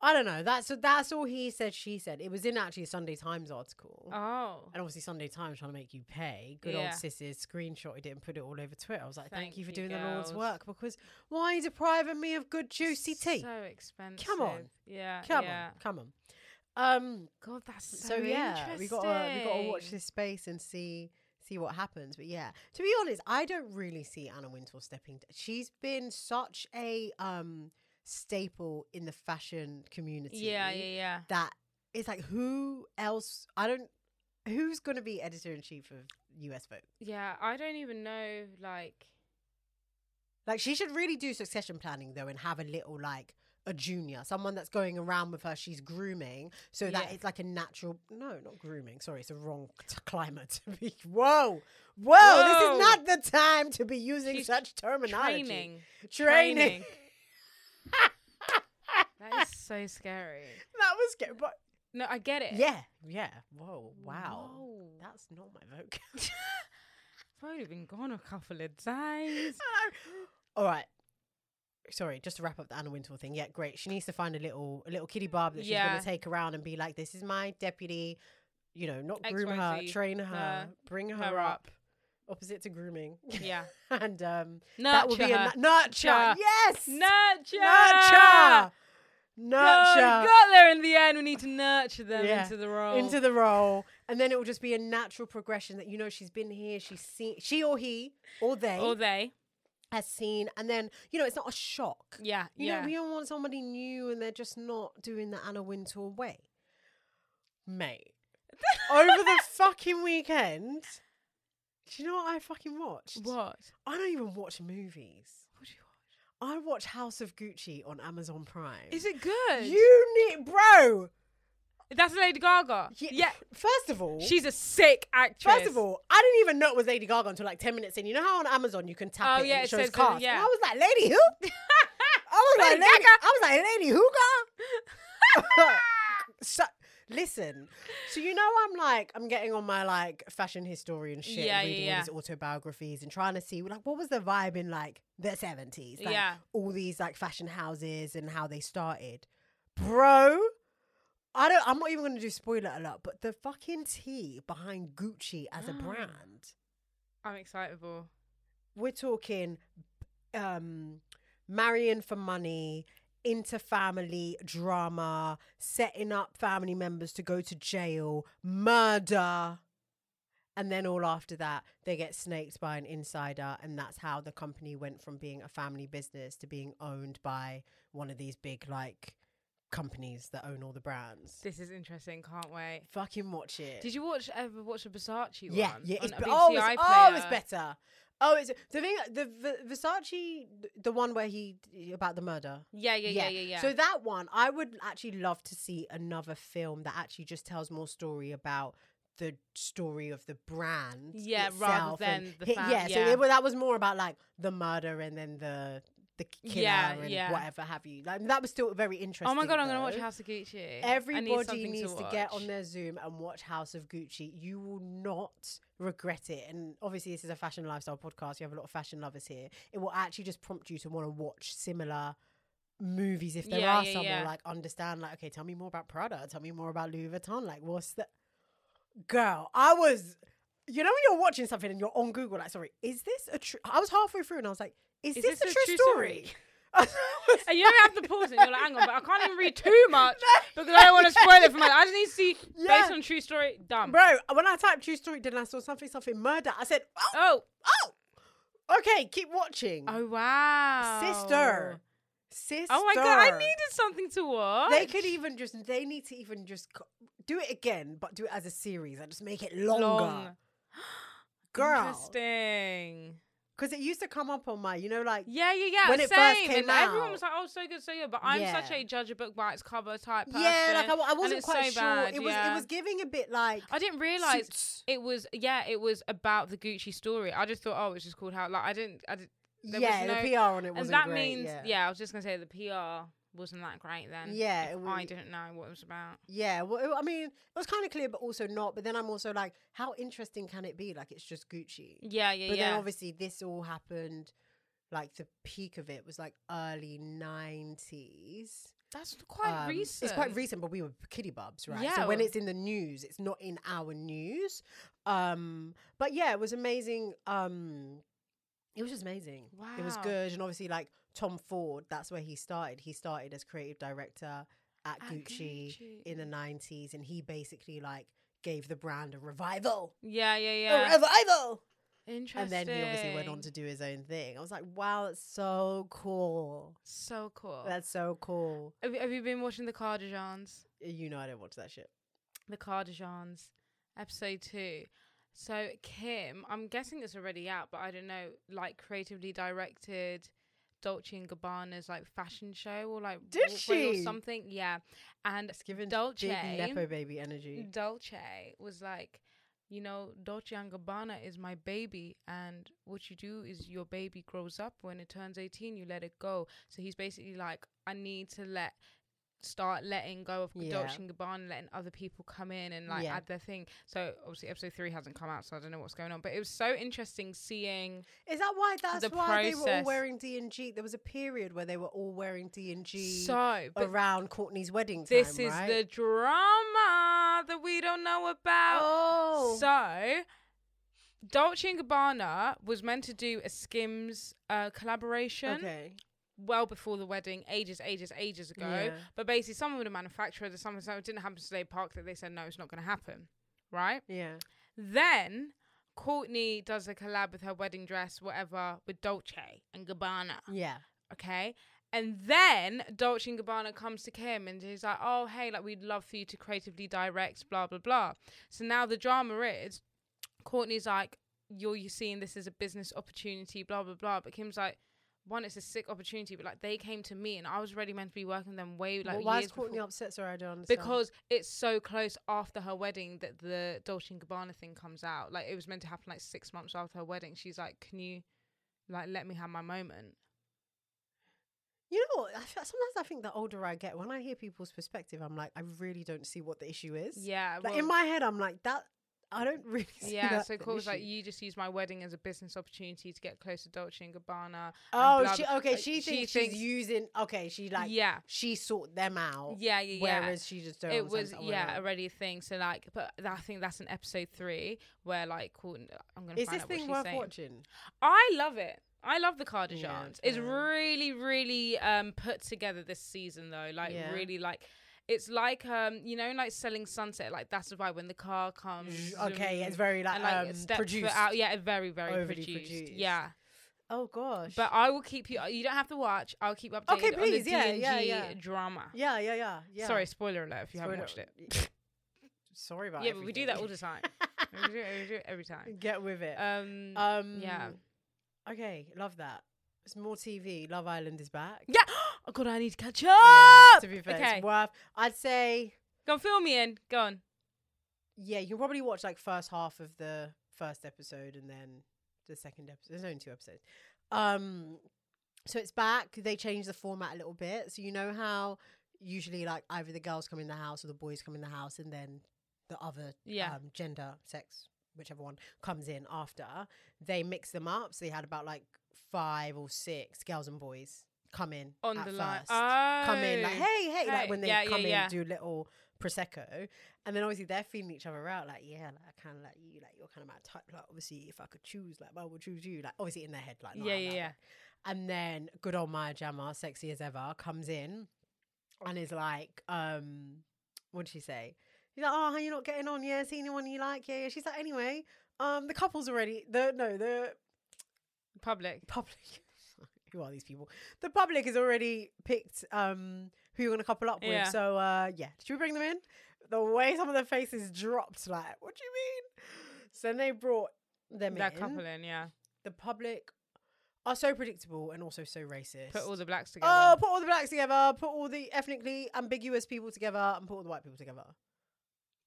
Speaker 2: I don't know. That's that's all he said. She said it was in actually a Sunday Times article.
Speaker 1: oh,
Speaker 2: And obviously, Sunday Times trying to make you pay. Good
Speaker 1: Yeah.
Speaker 2: old sisses screenshotted it and put it all over Twitter. I was like, thank,
Speaker 1: Thank
Speaker 2: you for
Speaker 1: you,
Speaker 2: doing the Lord's
Speaker 1: girls.
Speaker 2: work because why are you depriving me of good juicy tea?
Speaker 1: So expensive. Yeah.
Speaker 2: come
Speaker 1: yeah.
Speaker 2: on, come on. Um,
Speaker 1: God, that's
Speaker 2: so, yeah, we gotta we gotta watch this space and see see what happens. But yeah, to be honest, I don't really see Anna Wintour stepping. d- She's been such a um staple in the fashion community
Speaker 1: Yeah, yeah, yeah.
Speaker 2: that it's like who else i don't who's going to be editor-in-chief of us vote
Speaker 1: Yeah, I don't even know. Like,
Speaker 2: like she should really do succession planning though and have a little like a junior someone that's going around with her she's grooming so that
Speaker 1: Yeah.
Speaker 2: it's like a natural no not grooming sorry it's a wrong t- climate to be whoa whoa this
Speaker 1: Whoa.
Speaker 2: is not the time to be using
Speaker 1: She's
Speaker 2: such terminology
Speaker 1: training.
Speaker 2: training,
Speaker 1: that is so scary.
Speaker 2: that was good but
Speaker 1: No, I get it.
Speaker 2: yeah yeah whoa wow
Speaker 1: Eh. Whoa.
Speaker 2: that's not my vocab
Speaker 1: I've only been gone a couple of days.
Speaker 2: All right. Sorry, just to wrap up the Anna Wintour thing. Yeah, great. She needs to find a little a little kitty barb that she's
Speaker 1: Yeah.
Speaker 2: gonna take around and be like, "This is my deputy." You know, not groom her,
Speaker 1: XYZ,
Speaker 2: train her,
Speaker 1: her-
Speaker 2: bring her,
Speaker 1: her
Speaker 2: up. Opposite to grooming,
Speaker 1: Yeah.
Speaker 2: and um,
Speaker 1: Nurture
Speaker 2: that will be
Speaker 1: her.
Speaker 2: a nu- nurture.
Speaker 1: Nurture.
Speaker 2: Yes,
Speaker 1: Nurture.
Speaker 2: nurture,
Speaker 1: God,
Speaker 2: nurture
Speaker 1: we got there in the end. We need to nurture them
Speaker 2: Yeah.
Speaker 1: into the role.
Speaker 2: into the role, and then it will just be a natural progression that you know she's been here, she's seen, she or he or they
Speaker 1: or they.
Speaker 2: has seen, and then you know it's not a shock.
Speaker 1: Yeah.
Speaker 2: You
Speaker 1: yeah.
Speaker 2: know, we don't want somebody new and they're just not doing the Anna Wintour way. Mate. Over the fucking weekend. Do you know what I fucking watched?
Speaker 1: what?
Speaker 2: I don't even watch movies.
Speaker 1: What do you watch?
Speaker 2: I watch House of Gucci on Amazon Prime.
Speaker 1: Is it good?
Speaker 2: You need, bro.
Speaker 1: That's Lady Gaga.
Speaker 2: Ye-
Speaker 1: yeah.
Speaker 2: First of all,
Speaker 1: She's a sick actress.
Speaker 2: First of all, I didn't even know it was Lady Gaga until like 10 minutes in. You know how on Amazon you can tap
Speaker 1: Oh,
Speaker 2: it
Speaker 1: yeah,
Speaker 2: and it
Speaker 1: it
Speaker 2: shows
Speaker 1: says, uh,
Speaker 2: cast? And
Speaker 1: yeah.
Speaker 2: I was like, Lady who? I was like,
Speaker 1: Lady
Speaker 2: Lady, I was like, Lady who Gaga? so, listen, so you know I'm like, I'm getting on my like fashion historian shit,
Speaker 1: Yeah,
Speaker 2: and
Speaker 1: yeah,
Speaker 2: reading
Speaker 1: yeah.
Speaker 2: all these autobiographies and trying to see like what was the vibe in like the 70s? Like,
Speaker 1: Yeah.
Speaker 2: All these like fashion houses and how they started. Bro, I don't. I'm not even going to do spoiler alert, but the fucking tea behind Gucci as a
Speaker 1: Mm.
Speaker 2: brand.
Speaker 1: I'm excitable.
Speaker 2: We're talking um, marrying for money, inter-family drama, setting up family members to go to jail, murder, and then all after that they get snaked by an insider, and that's how the company went from being a family business to being owned by one of these big like companies that own all the brands.
Speaker 1: This is interesting. Can't wait.
Speaker 2: Fucking watch it.
Speaker 1: Did you watch ever watch a Versace
Speaker 2: yeah,
Speaker 1: one?
Speaker 2: yeah.
Speaker 1: on
Speaker 2: It's,
Speaker 1: a
Speaker 2: be-
Speaker 1: BBC
Speaker 2: oh, it's, oh, it's
Speaker 1: iPlayer?
Speaker 2: better. Oh, it's the thing. The V- Versace, th- the one where he about the murder.
Speaker 1: Yeah, yeah, yeah, yeah, yeah.
Speaker 2: So that one, I would actually love to see another film that actually just tells more story about the story of the brand.
Speaker 1: Yeah, rather
Speaker 2: itself and
Speaker 1: than the
Speaker 2: hi-
Speaker 1: fam-
Speaker 2: yeah. So
Speaker 1: yeah.
Speaker 2: it, wa- that was more about like the murder and then the the k- killer
Speaker 1: Yeah,
Speaker 2: and
Speaker 1: yeah.
Speaker 2: whatever have you. Like that was still very interesting.
Speaker 1: oh my god, I'm gonna watch
Speaker 2: though.
Speaker 1: House of Gucci. I need
Speaker 2: Everybody
Speaker 1: something
Speaker 2: needs to,
Speaker 1: to,
Speaker 2: get
Speaker 1: watch.
Speaker 2: on their Zoom and watch House of Gucci. You will not regret it. And obviously, this is a fashion lifestyle podcast. You have a lot of fashion lovers here. It will actually just prompt you to want to watch similar movies if there
Speaker 1: Yeah,
Speaker 2: are
Speaker 1: yeah,
Speaker 2: some.
Speaker 1: yeah.
Speaker 2: Or like understand, like, okay, tell me more about Prada. Tell me more about Louis Vuitton. Like, what's the girl? I was, you know, when you're watching something and you're on Google, like, sorry, is this a true? I was halfway through and I was like, is,
Speaker 1: Is
Speaker 2: this,
Speaker 1: this
Speaker 2: a
Speaker 1: a
Speaker 2: true,
Speaker 1: true
Speaker 2: story?
Speaker 1: story?
Speaker 2: I was
Speaker 1: And you don't have to pause it. You're like, hang on, but I can't even read too much because I don't want to spoil it for my. I just need to see
Speaker 2: Yeah.
Speaker 1: based on true story. Dumb.
Speaker 2: Bro, when I typed true story, then I saw something, something murder. I said, oh,
Speaker 1: Oh,
Speaker 2: oh, okay, keep watching.
Speaker 1: oh wow,
Speaker 2: Sister. Sister.
Speaker 1: Oh my god, I needed something to watch.
Speaker 2: They could even just, they need to even just co- do it again, but do it as a series and just make it longer.
Speaker 1: Long.
Speaker 2: Girl.
Speaker 1: Interesting.
Speaker 2: Because it used to come up on my, you know, like
Speaker 1: Yeah, yeah, yeah.
Speaker 2: When
Speaker 1: same.
Speaker 2: it first came
Speaker 1: and like, everyone
Speaker 2: out-
Speaker 1: was like, "Oh, so good, so good," but I'm
Speaker 2: Yeah.
Speaker 1: such a judge a book by its cover type person.
Speaker 2: yeah, like I, wa- I
Speaker 1: it's
Speaker 2: wasn't
Speaker 1: so
Speaker 2: quite sure.
Speaker 1: bad,
Speaker 2: it was
Speaker 1: yeah.
Speaker 2: it was giving a bit like
Speaker 1: I didn't realize
Speaker 2: Suits.
Speaker 1: it was. Yeah, it was about the Gucci story. I just thought, oh, it's just called how. Like I didn't. I did, there was
Speaker 2: yeah,
Speaker 1: no-
Speaker 2: the PR on it
Speaker 1: and
Speaker 2: wasn't
Speaker 1: that
Speaker 2: great,
Speaker 1: means
Speaker 2: yeah.
Speaker 1: yeah. I was just gonna say the PR wasn't that great then.
Speaker 2: Yeah,
Speaker 1: If
Speaker 2: it
Speaker 1: I
Speaker 2: was-
Speaker 1: didn't know what it was about.
Speaker 2: Yeah, well, it- I mean, it was kind of clear, but also not. But then I'm also like, how interesting can it be? Like, it's just Gucci.
Speaker 1: Yeah, yeah,
Speaker 2: but
Speaker 1: yeah.
Speaker 2: then obviously, this all happened. Like the peak of it was like early '90s.
Speaker 1: That's quite
Speaker 2: Um,
Speaker 1: recent.
Speaker 2: It's quite recent, but we were kiddie bubs, right?
Speaker 1: Yeah.
Speaker 2: So when it's in the news, it's not in our news. Um, but yeah, it was amazing. Um, it was just amazing. It was
Speaker 1: Wow.
Speaker 2: good, and obviously, like Tom Ford, that's where he started. He started as creative director at,
Speaker 1: At
Speaker 2: Gucci,
Speaker 1: Gucci.
Speaker 2: in the '90s, and he basically like gave the brand a revival,
Speaker 1: Yeah, yeah,
Speaker 2: a
Speaker 1: yeah.
Speaker 2: revival. And
Speaker 1: Interesting.
Speaker 2: then he obviously went on to do his own thing. I was like, wow, that's so cool.
Speaker 1: So cool.
Speaker 2: That's so cool.
Speaker 1: Have, you- have you been watching the Cardigans?
Speaker 2: You know, I don't watch that shit.
Speaker 1: The Cardigans, episode two. So Kim, I'm guessing it's already out, but I don't know. Like creatively directed Dolce and Gabbana's like fashion show or like
Speaker 2: Did
Speaker 1: walkway or
Speaker 2: she?
Speaker 1: something. Yeah, and
Speaker 2: It's given
Speaker 1: Dolce. Mm.
Speaker 2: big nepo baby energy.
Speaker 1: Dolce was like, you know, Dolce and Gabbana is my baby, and what you do is your baby grows up. When it turns eighteen, you let it go. So he's basically like, I need to let start letting go of
Speaker 2: Yeah.
Speaker 1: Dolce and Gabbana, letting other people come in and like
Speaker 2: Yeah.
Speaker 1: add their thing. So obviously, episode three hasn't come out, so I don't know what's going on. But it was so interesting seeing.
Speaker 2: Is that why?
Speaker 1: The
Speaker 2: That's why they were all
Speaker 1: process.
Speaker 2: wearing D and G. There was a period where they were all wearing D and G
Speaker 1: So, but
Speaker 2: around Courtney's wedding time.
Speaker 1: this is
Speaker 2: right?
Speaker 1: the drama that we don't know about.
Speaker 2: oh.
Speaker 1: So, Dolce and Gabbana was meant to do a Skims uh, collaboration
Speaker 2: okay.
Speaker 1: well before the wedding, ages, ages, ages ago.
Speaker 2: Yeah.
Speaker 1: But basically, someone with a manufacturer, there's something, something it didn't happen to Slade Park that they said no, it's not going to happen, right?
Speaker 2: Yeah.
Speaker 1: Then Courtney does a collab with her wedding dress, whatever, with Dolce and Gabbana
Speaker 2: Yeah.
Speaker 1: okay? And then Dolce and Gabbana comes to Kim and he's like, "Oh, hey, like we'd love for you to creatively direct, blah blah blah." So now the drama is, Courtney's like, "You're you seeing this as a business opportunity, blah blah blah," but Kim's like. One, it's a sick opportunity, but like they came to me and I was already meant to be working with them way like
Speaker 2: well, why
Speaker 1: years
Speaker 2: is Courtney
Speaker 1: before-
Speaker 2: upset? Sorry, I don't understand.
Speaker 1: because it's so close after her wedding that the Dolce and Gabbana thing comes out. Like it was meant to happen like six months after her wedding. She's like, "Can you, like, let me have my moment?"
Speaker 2: you know, what? I feel, sometimes I think the older I get, when I hear people's perspective, I'm like, I really don't see what the issue is.
Speaker 1: Yeah,
Speaker 2: Like
Speaker 1: well-
Speaker 2: in my head, I'm like that. I don't really. See
Speaker 1: Yeah,
Speaker 2: that
Speaker 1: so
Speaker 2: an
Speaker 1: Court was like,
Speaker 2: issue.
Speaker 1: you just use my wedding as a business opportunity to get close to Dolce and Gabbana.
Speaker 2: Oh,
Speaker 1: blah,
Speaker 2: she,
Speaker 1: blah.
Speaker 2: okay.
Speaker 1: Like, she
Speaker 2: She thinks
Speaker 1: thinks-
Speaker 2: she's using. Okay, she like.
Speaker 1: yeah,
Speaker 2: She sought them out.
Speaker 1: yeah, yeah, yeah.
Speaker 2: Whereas she just don't.
Speaker 1: it
Speaker 2: understand
Speaker 1: was
Speaker 2: that went
Speaker 1: yeah
Speaker 2: on.
Speaker 1: already a thing. So like, but tha- I think that's in episode three where like Courtney, I'm gonna
Speaker 2: Is
Speaker 1: find
Speaker 2: this
Speaker 1: out what
Speaker 2: thing
Speaker 1: she's
Speaker 2: worth
Speaker 1: saying.
Speaker 2: watching?
Speaker 1: I love it. I love the Cardigans. it's
Speaker 2: fair.
Speaker 1: really, really um put together this season though. Like
Speaker 2: Yeah.
Speaker 1: really like. It's like um, you know, like selling sunset. Like that's the vibe when the car comes.
Speaker 2: Okay, yeah,
Speaker 1: zoom,
Speaker 2: it's very like,
Speaker 1: and like
Speaker 2: um,
Speaker 1: step foot
Speaker 2: produced.
Speaker 1: out. Yeah, very, very
Speaker 2: Overly
Speaker 1: produced.
Speaker 2: produced.
Speaker 1: Yeah,
Speaker 2: Oh gosh.
Speaker 1: But I will keep you. You don't have to watch. I'll keep you updated
Speaker 2: Okay,
Speaker 1: on
Speaker 2: please,
Speaker 1: the
Speaker 2: yeah,
Speaker 1: D&G
Speaker 2: yeah, yeah.
Speaker 1: drama.
Speaker 2: yeah, yeah, yeah, yeah.
Speaker 1: Sorry, spoiler alert if you haven't watched
Speaker 2: Spoiler-
Speaker 1: it.
Speaker 2: Sorry about.
Speaker 1: yeah, but we do that all the
Speaker 2: everything.
Speaker 1: time. we, do it, we do it every time.
Speaker 2: Get with it.
Speaker 1: Um,
Speaker 2: Um.
Speaker 1: yeah.
Speaker 2: Okay, love that. It's more TV. Love Island is back.
Speaker 1: yeah. Oh god, I need to catch
Speaker 2: Yeah,
Speaker 1: up.
Speaker 2: to be fair,
Speaker 1: okay,
Speaker 2: it's worth. I'd say.
Speaker 1: go and fill me in. Go on.
Speaker 2: Yeah, you can probably watch like first half of the first episode and then the second episode. There's only two episodes. Um so it's back. They changed the format a little bit. So you know how usually like either the girls come in the house or the boys come in the house and then the other
Speaker 1: Yeah.
Speaker 2: um, gender, sex, whichever one comes in after. They mix them up. So they had about like five or six girls and boys come in
Speaker 1: On
Speaker 2: at
Speaker 1: the
Speaker 2: first
Speaker 1: line.
Speaker 2: come in like
Speaker 1: Oh.
Speaker 2: hey hey,
Speaker 1: hey.
Speaker 2: like when they
Speaker 1: Yeah,
Speaker 2: come
Speaker 1: yeah,
Speaker 2: in
Speaker 1: yeah.
Speaker 2: do little prosecco and then obviously they're feeding each other out like yeah like i kind of like you like you're kind of my type like obviously if i could choose like i would choose you like obviously in their head like not
Speaker 1: Yeah,
Speaker 2: out
Speaker 1: yeah,
Speaker 2: loud,
Speaker 1: yeah.
Speaker 2: like. and then good old maya jama sexy as ever comes in and is like um what'd she say She's like, oh, how you not getting on? Yeah, see anyone you like? Yeah, yeah. She's like, anyway, um, the couple's already the no, the
Speaker 1: Public.
Speaker 2: public who are these people the public has already picked um who you're gonna couple up
Speaker 1: Yeah.
Speaker 2: with so uh yeah should we bring them in the way some of their faces dropped like what do you mean so then they brought them
Speaker 1: That
Speaker 2: in
Speaker 1: couple in. Yeah.
Speaker 2: the public are so predictable and also so racist.
Speaker 1: Put all the blacks together.
Speaker 2: oh, put all the blacks together, put all the ethnically ambiguous people together, and put all the white people together.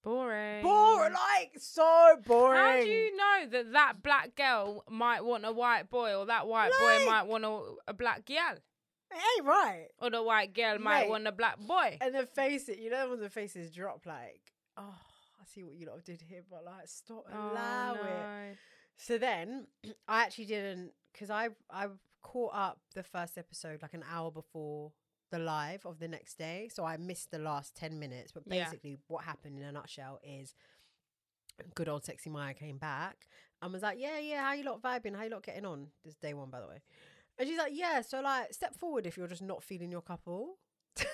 Speaker 1: boring.
Speaker 2: Boring, like so boring.
Speaker 1: How do you know that that black girl might want a white boy, or that white boy might want a, a black girl,
Speaker 2: It ain't right.
Speaker 1: or the white girl might
Speaker 2: Mate.
Speaker 1: want a black boy?
Speaker 2: And then face it, you know when the faces drop like, oh, I see what you lot did here, but like stop
Speaker 1: Oh,
Speaker 2: allow it. So then I actually didn't because I I caught up the first episode like an hour before the live of the next day, so I missed the last ten minutes. But
Speaker 1: Yeah.
Speaker 2: basically, what happened in a nutshell is, good old sexy Maya came back and was like, "Yeah, yeah, how you lot vibing? How you lot getting on?" This is day one, by the way. And she's like, "Yeah, so like, step forward if you're just not feeling your couple." so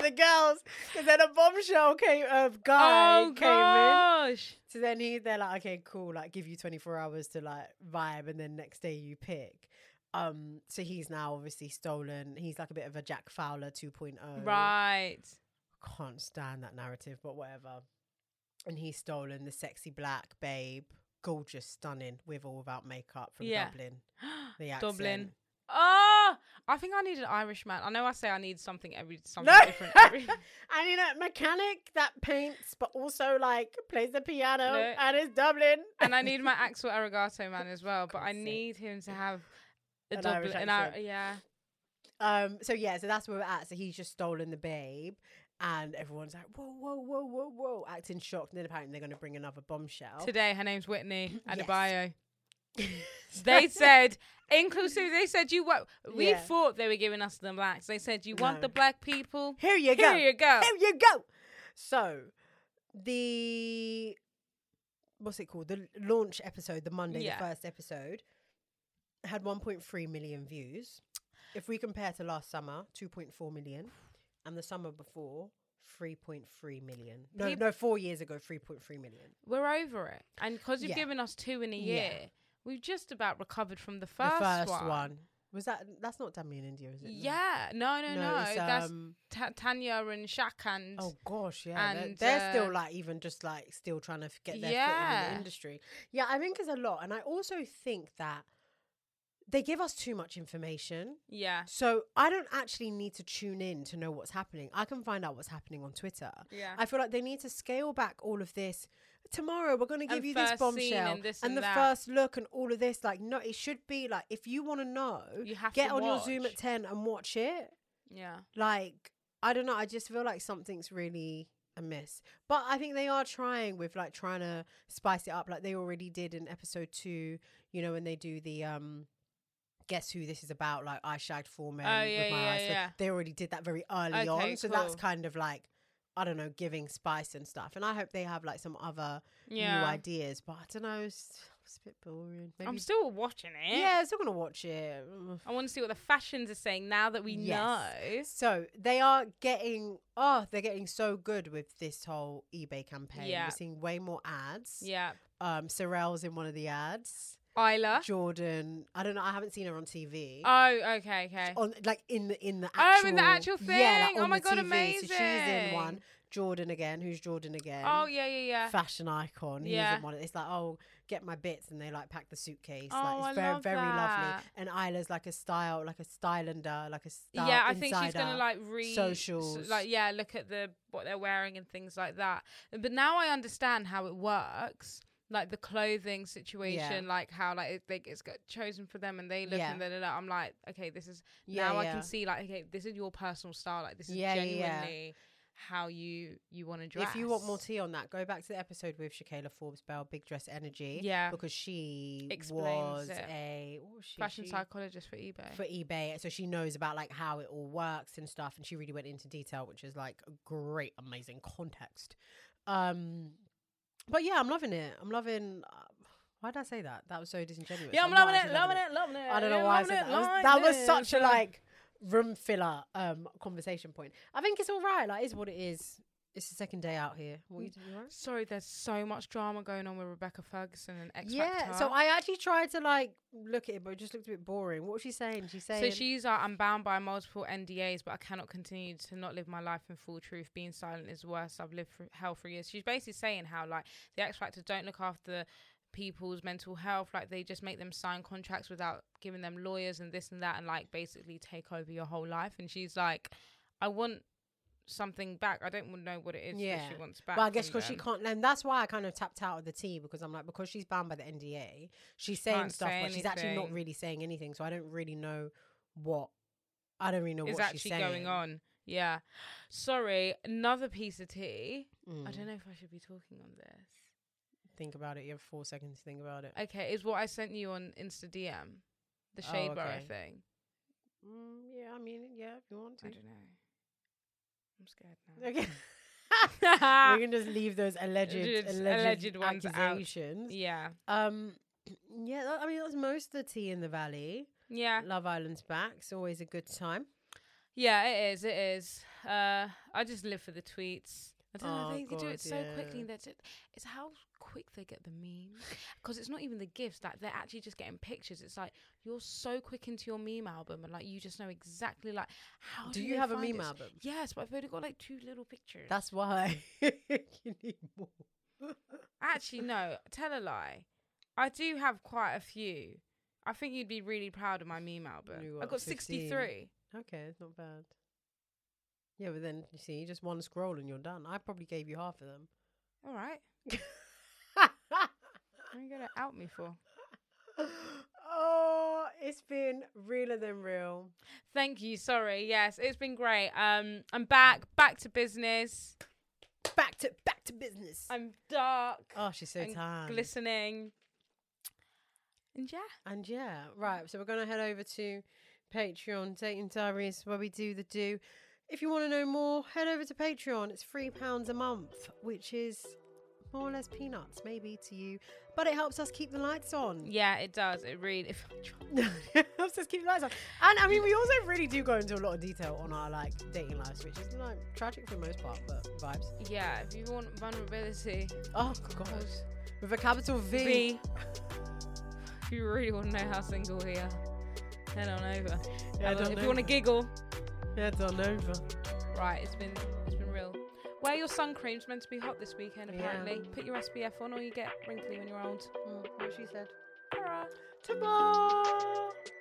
Speaker 2: the girls, because then a bombshell came, a guy
Speaker 1: Oh
Speaker 2: came in.
Speaker 1: gosh!
Speaker 2: So then he, they're like, okay, cool, like give you 24 hours to like vibe and then next day you pick. Um, so he's now obviously stolen. He's like a bit of a Jack Fowler oh. 2.0.
Speaker 1: Right.
Speaker 2: Can't stand that narrative, but whatever. And he's stolen the sexy black babe, gorgeous, stunning, with or without makeup from
Speaker 1: Yeah.
Speaker 2: Dublin. The accent.
Speaker 1: Dublin. Oh, I think I need an Irish man. I know I say I need something every something
Speaker 2: No.
Speaker 1: different. Every,
Speaker 2: And you know, mechanic that paints, but also like plays the piano
Speaker 1: No.
Speaker 2: and is Dublin.
Speaker 1: and I need my Axel Arigato man as well, but I
Speaker 2: God's sake.
Speaker 1: need him to have a
Speaker 2: An
Speaker 1: Dublin.
Speaker 2: Irish
Speaker 1: an
Speaker 2: accent.
Speaker 1: Ir- yeah.
Speaker 2: Um, so yeah, so that's where we're at. So he's just stolen the babe, and everyone's like, whoa, whoa, whoa, whoa, whoa, acting shocked. And then apparently they're going to bring another bombshell.
Speaker 1: Today, her name's Whitney
Speaker 2: Oh. Yes.
Speaker 1: Adebayo. They said inclusive. They said you what we
Speaker 2: Yeah.
Speaker 1: thought they were giving us the blacks. They said you want
Speaker 2: No.
Speaker 1: the black people.
Speaker 2: here you
Speaker 1: Here
Speaker 2: go,
Speaker 1: you go.
Speaker 2: here you go. So the what's it called? The launch episode, the Monday,
Speaker 1: Yeah.
Speaker 2: the first episode, had 1.3 million views. If we compare to last summer, 2.4 million, and the summer before. 3.3 million. No,
Speaker 1: Peop-
Speaker 2: no, four years ago, 3.3 million.
Speaker 1: We're over it, and because you've
Speaker 2: Yeah.
Speaker 1: given us two in a
Speaker 2: Yeah.
Speaker 1: year, we've just about recovered from the first,
Speaker 2: the first one. Was that that's not Damn in India, is it? No.
Speaker 1: Yeah, no, no, no.
Speaker 2: it's,
Speaker 1: That's
Speaker 2: um,
Speaker 1: Ta- Tanya and Shakand.
Speaker 2: oh gosh, yeah. they're-
Speaker 1: and,
Speaker 2: they're,
Speaker 1: uh,
Speaker 2: still like even just like still trying to f- get their foot in
Speaker 1: Yeah.
Speaker 2: the industry. Yeah, I think it's a lot, and I also think that they give us too much information.
Speaker 1: Yeah,
Speaker 2: So I don't actually need to tune in to know what's happening. I can find out what's happening on Twitter.
Speaker 1: yeah.
Speaker 2: I feel like they need to scale back all of this. Tomorrow we're going to give
Speaker 1: And
Speaker 2: you this
Speaker 1: first scene
Speaker 2: bombshell
Speaker 1: and this and
Speaker 2: the
Speaker 1: that.
Speaker 2: first look and all of this. Like, no, it should be like if you want to know,
Speaker 1: You have
Speaker 2: get
Speaker 1: to
Speaker 2: on your Zoom
Speaker 1: watch.
Speaker 2: at ten and watch it.
Speaker 1: yeah.
Speaker 2: Like, I don't know. I just feel like something's really amiss. But I think they are trying with like trying to spice it up, like they already did in episode two. You know, when they do the um. Guess who this is about? Like I shagged four men
Speaker 1: Oh,
Speaker 2: with
Speaker 1: yeah,
Speaker 2: my
Speaker 1: yeah,
Speaker 2: eyes. So
Speaker 1: yeah.
Speaker 2: They already did that very early
Speaker 1: Okay,
Speaker 2: on, so that's
Speaker 1: cool.
Speaker 2: kind of like I don't know, giving spice and stuff. And I hope they have like some other new
Speaker 1: Yeah.
Speaker 2: ideas. But I don't know, it's, it's a bit boring. Maybe
Speaker 1: I'm still watching it.
Speaker 2: yeah, I'm still gonna watch it. Mm.
Speaker 1: I want to see what the fashions are saying now that we
Speaker 2: Yes.
Speaker 1: know.
Speaker 2: So they are getting oh, they're getting so good with this whole eBay campaign.
Speaker 1: Yeah.
Speaker 2: We're seeing way more ads.
Speaker 1: Yeah.
Speaker 2: Um Sorel's in one of the ads.
Speaker 1: Isla.
Speaker 2: Jordan, I don't know, I haven't seen her on TV.
Speaker 1: Oh, okay, okay.
Speaker 2: on like in the in the
Speaker 1: Oh,
Speaker 2: actual,
Speaker 1: in the actual
Speaker 2: Yeah, like,
Speaker 1: thing. Oh
Speaker 2: on
Speaker 1: my
Speaker 2: the
Speaker 1: God,
Speaker 2: TV. So she's in one.
Speaker 1: amazing.
Speaker 2: Jordan again. Who's Jordan again?
Speaker 1: Oh, yeah, yeah, yeah.
Speaker 2: fashion icon. He
Speaker 1: Yeah.
Speaker 2: doesn't want it. It's like, oh, get my bits, and they like pack the suitcase.
Speaker 1: Oh,
Speaker 2: like
Speaker 1: I
Speaker 2: it's very,
Speaker 1: love
Speaker 2: very
Speaker 1: that.
Speaker 2: lovely. And Isla's like a style, like a stylander, like a style.
Speaker 1: yeah, I think she's gonna
Speaker 2: insider.
Speaker 1: like re
Speaker 2: socials.
Speaker 1: s- like yeah, look at the what they're wearing and things like that. But now I understand how it works, like the clothing situation, like how like it, they, it's got chosen for them and they look
Speaker 2: Yeah.
Speaker 1: and da, da, da. I'm like, okay, this is
Speaker 2: Yeah,
Speaker 1: now I
Speaker 2: yeah.
Speaker 1: can see like okay, this is your personal style. Like this is
Speaker 2: Yeah, yeah, yeah.
Speaker 1: genuinely how you you want to dress.
Speaker 2: If you want more tea on that, go back to the episode with Shakayla Forbes Bell, Big Dress Energy.
Speaker 1: Yeah.
Speaker 2: Because she
Speaker 1: Explains
Speaker 2: was
Speaker 1: it.
Speaker 2: a what was she?
Speaker 1: fashion
Speaker 2: She-
Speaker 1: psychologist for eBay.
Speaker 2: for eBay, so she knows about like how it all works and stuff, and she really went into detail, which is like great, amazing context. Um, but yeah, I'm loving it. I'm loving. Uh, why did I say that? That was so disingenuous.
Speaker 1: yeah, I'm
Speaker 2: not
Speaker 1: loving it,
Speaker 2: actually
Speaker 1: loving it, loving it.
Speaker 2: I don't know
Speaker 1: yeah,
Speaker 2: why I
Speaker 1: loving
Speaker 2: said that.
Speaker 1: it,
Speaker 2: That was,
Speaker 1: loving
Speaker 2: that was
Speaker 1: it.
Speaker 2: such a
Speaker 1: Yeah.
Speaker 2: like room filler um conversation point. I think it's all right. Like, it's what it is. It's the second day out here. What you doing? you all right?
Speaker 1: Sorry, there's so much drama going on with Rebecca Ferguson and X
Speaker 2: Yeah,
Speaker 1: Factor.
Speaker 2: so I actually tried to like look at it, but it just looked a bit boring. What was she saying? She's saying
Speaker 1: So she's like, I'm bound by multiple NDAs, but I cannot continue to not live my life in full truth. Being silent is worse. I've lived through hell for years. She's basically saying how like the X Factor don't look after people's mental health. Like they just make them sign contracts without giving them lawyers and this and that, and like basically take over your whole life. And she's like, I want something back. I don't wanna know what it is
Speaker 2: Yeah.
Speaker 1: that she wants back.
Speaker 2: But I guess
Speaker 1: from
Speaker 2: because she
Speaker 1: them.
Speaker 2: can't, and that's why I kind of tapped out of the tea because I'm like, because she's bound by the NDA, she's saying
Speaker 1: Can't
Speaker 2: stuff,
Speaker 1: say
Speaker 2: but she's actually not
Speaker 1: anything.
Speaker 2: really saying anything. So I don't really know what, I don't really know
Speaker 1: is
Speaker 2: what she's
Speaker 1: actually
Speaker 2: saying.
Speaker 1: going on. Yeah. Sorry, another piece of tea. I
Speaker 2: Mm.
Speaker 1: don't know if I should be talking on this.
Speaker 2: Think about it. You have four seconds to think about it.
Speaker 1: Okay, is what I sent you on Insta DM, the
Speaker 2: Oh,
Speaker 1: shade borrow
Speaker 2: okay.
Speaker 1: thing.
Speaker 2: Mm, yeah, I mean, yeah, if you want
Speaker 1: I
Speaker 2: to.
Speaker 1: don't know. I'm scared now.
Speaker 2: Okay. we can just leave those alleged,
Speaker 1: Just
Speaker 2: alleged,
Speaker 1: alleged ones out.
Speaker 2: accusations.
Speaker 1: yeah.
Speaker 2: Um, yeah, that- I mean, that's most of the tea in the valley.
Speaker 1: Yeah.
Speaker 2: Love Island's back. It's always a good time.
Speaker 1: Yeah, it is. It is. Uh, I just live for the tweets. I don't know.
Speaker 2: Oh,
Speaker 1: They, they do
Speaker 2: God,
Speaker 1: it so quickly.
Speaker 2: yeah.
Speaker 1: That's it. It's how quick they get the meme. Because it's not even the gifts. Like they're actually just getting pictures. It's like you're so quick into your meme album, and like you just know exactly like how.
Speaker 2: Do
Speaker 1: do Oh,
Speaker 2: you
Speaker 1: they
Speaker 2: have a
Speaker 1: find
Speaker 2: meme
Speaker 1: this?
Speaker 2: album?
Speaker 1: Yes, but I've only got like two little pictures.
Speaker 2: That's why you need more.
Speaker 1: actually no. Tell a lie. I do have quite a few. I think you'd be really proud of my meme
Speaker 2: You
Speaker 1: album. I
Speaker 2: got
Speaker 1: got
Speaker 2: 15.
Speaker 1: sixty-three.
Speaker 2: Okay, it's not bad. Yeah, but then you see, just one scroll and you're done. I probably gave you half of them.
Speaker 1: All right. What are you gonna out me for?
Speaker 2: oh, it's been realer than real.
Speaker 1: Thank you. Sorry. Yes, it's been great. Um, I'm back, back to business.
Speaker 2: Back to back to business.
Speaker 1: I'm dark,
Speaker 2: oh, she's so
Speaker 1: and
Speaker 2: tired.
Speaker 1: glistening, and yeah,
Speaker 2: And yeah, right. So we're going to head over to Patreon Dating Diaries where we do the do. If you want to know more, head over to Patreon. It's three pounds a month, which is more or less peanuts, maybe to you, but it helps us keep the lights on.
Speaker 1: yeah, it does. It really.
Speaker 2: it helps us keep the lights on. And I mean, we also really do go into a lot of detail on our like dating lives, which is like tragic for the most part, but vibes.
Speaker 1: yeah, if you want vulnerability,
Speaker 2: Oh God, with a capital V.
Speaker 1: V. If you really want to know how single we are, head on over.
Speaker 2: Head
Speaker 1: Head on-
Speaker 2: on
Speaker 1: Uh, if you want to
Speaker 2: over.
Speaker 1: giggle,
Speaker 2: Heads on over.
Speaker 1: right? It's been it's been real. Wear your sun cream. It's meant to be hot this weekend,
Speaker 2: Yeah.
Speaker 1: apparently. Put your SPF on, or you get wrinkly when you're old.
Speaker 2: Mm, what she said.
Speaker 1: Alright.
Speaker 2: Ta-da!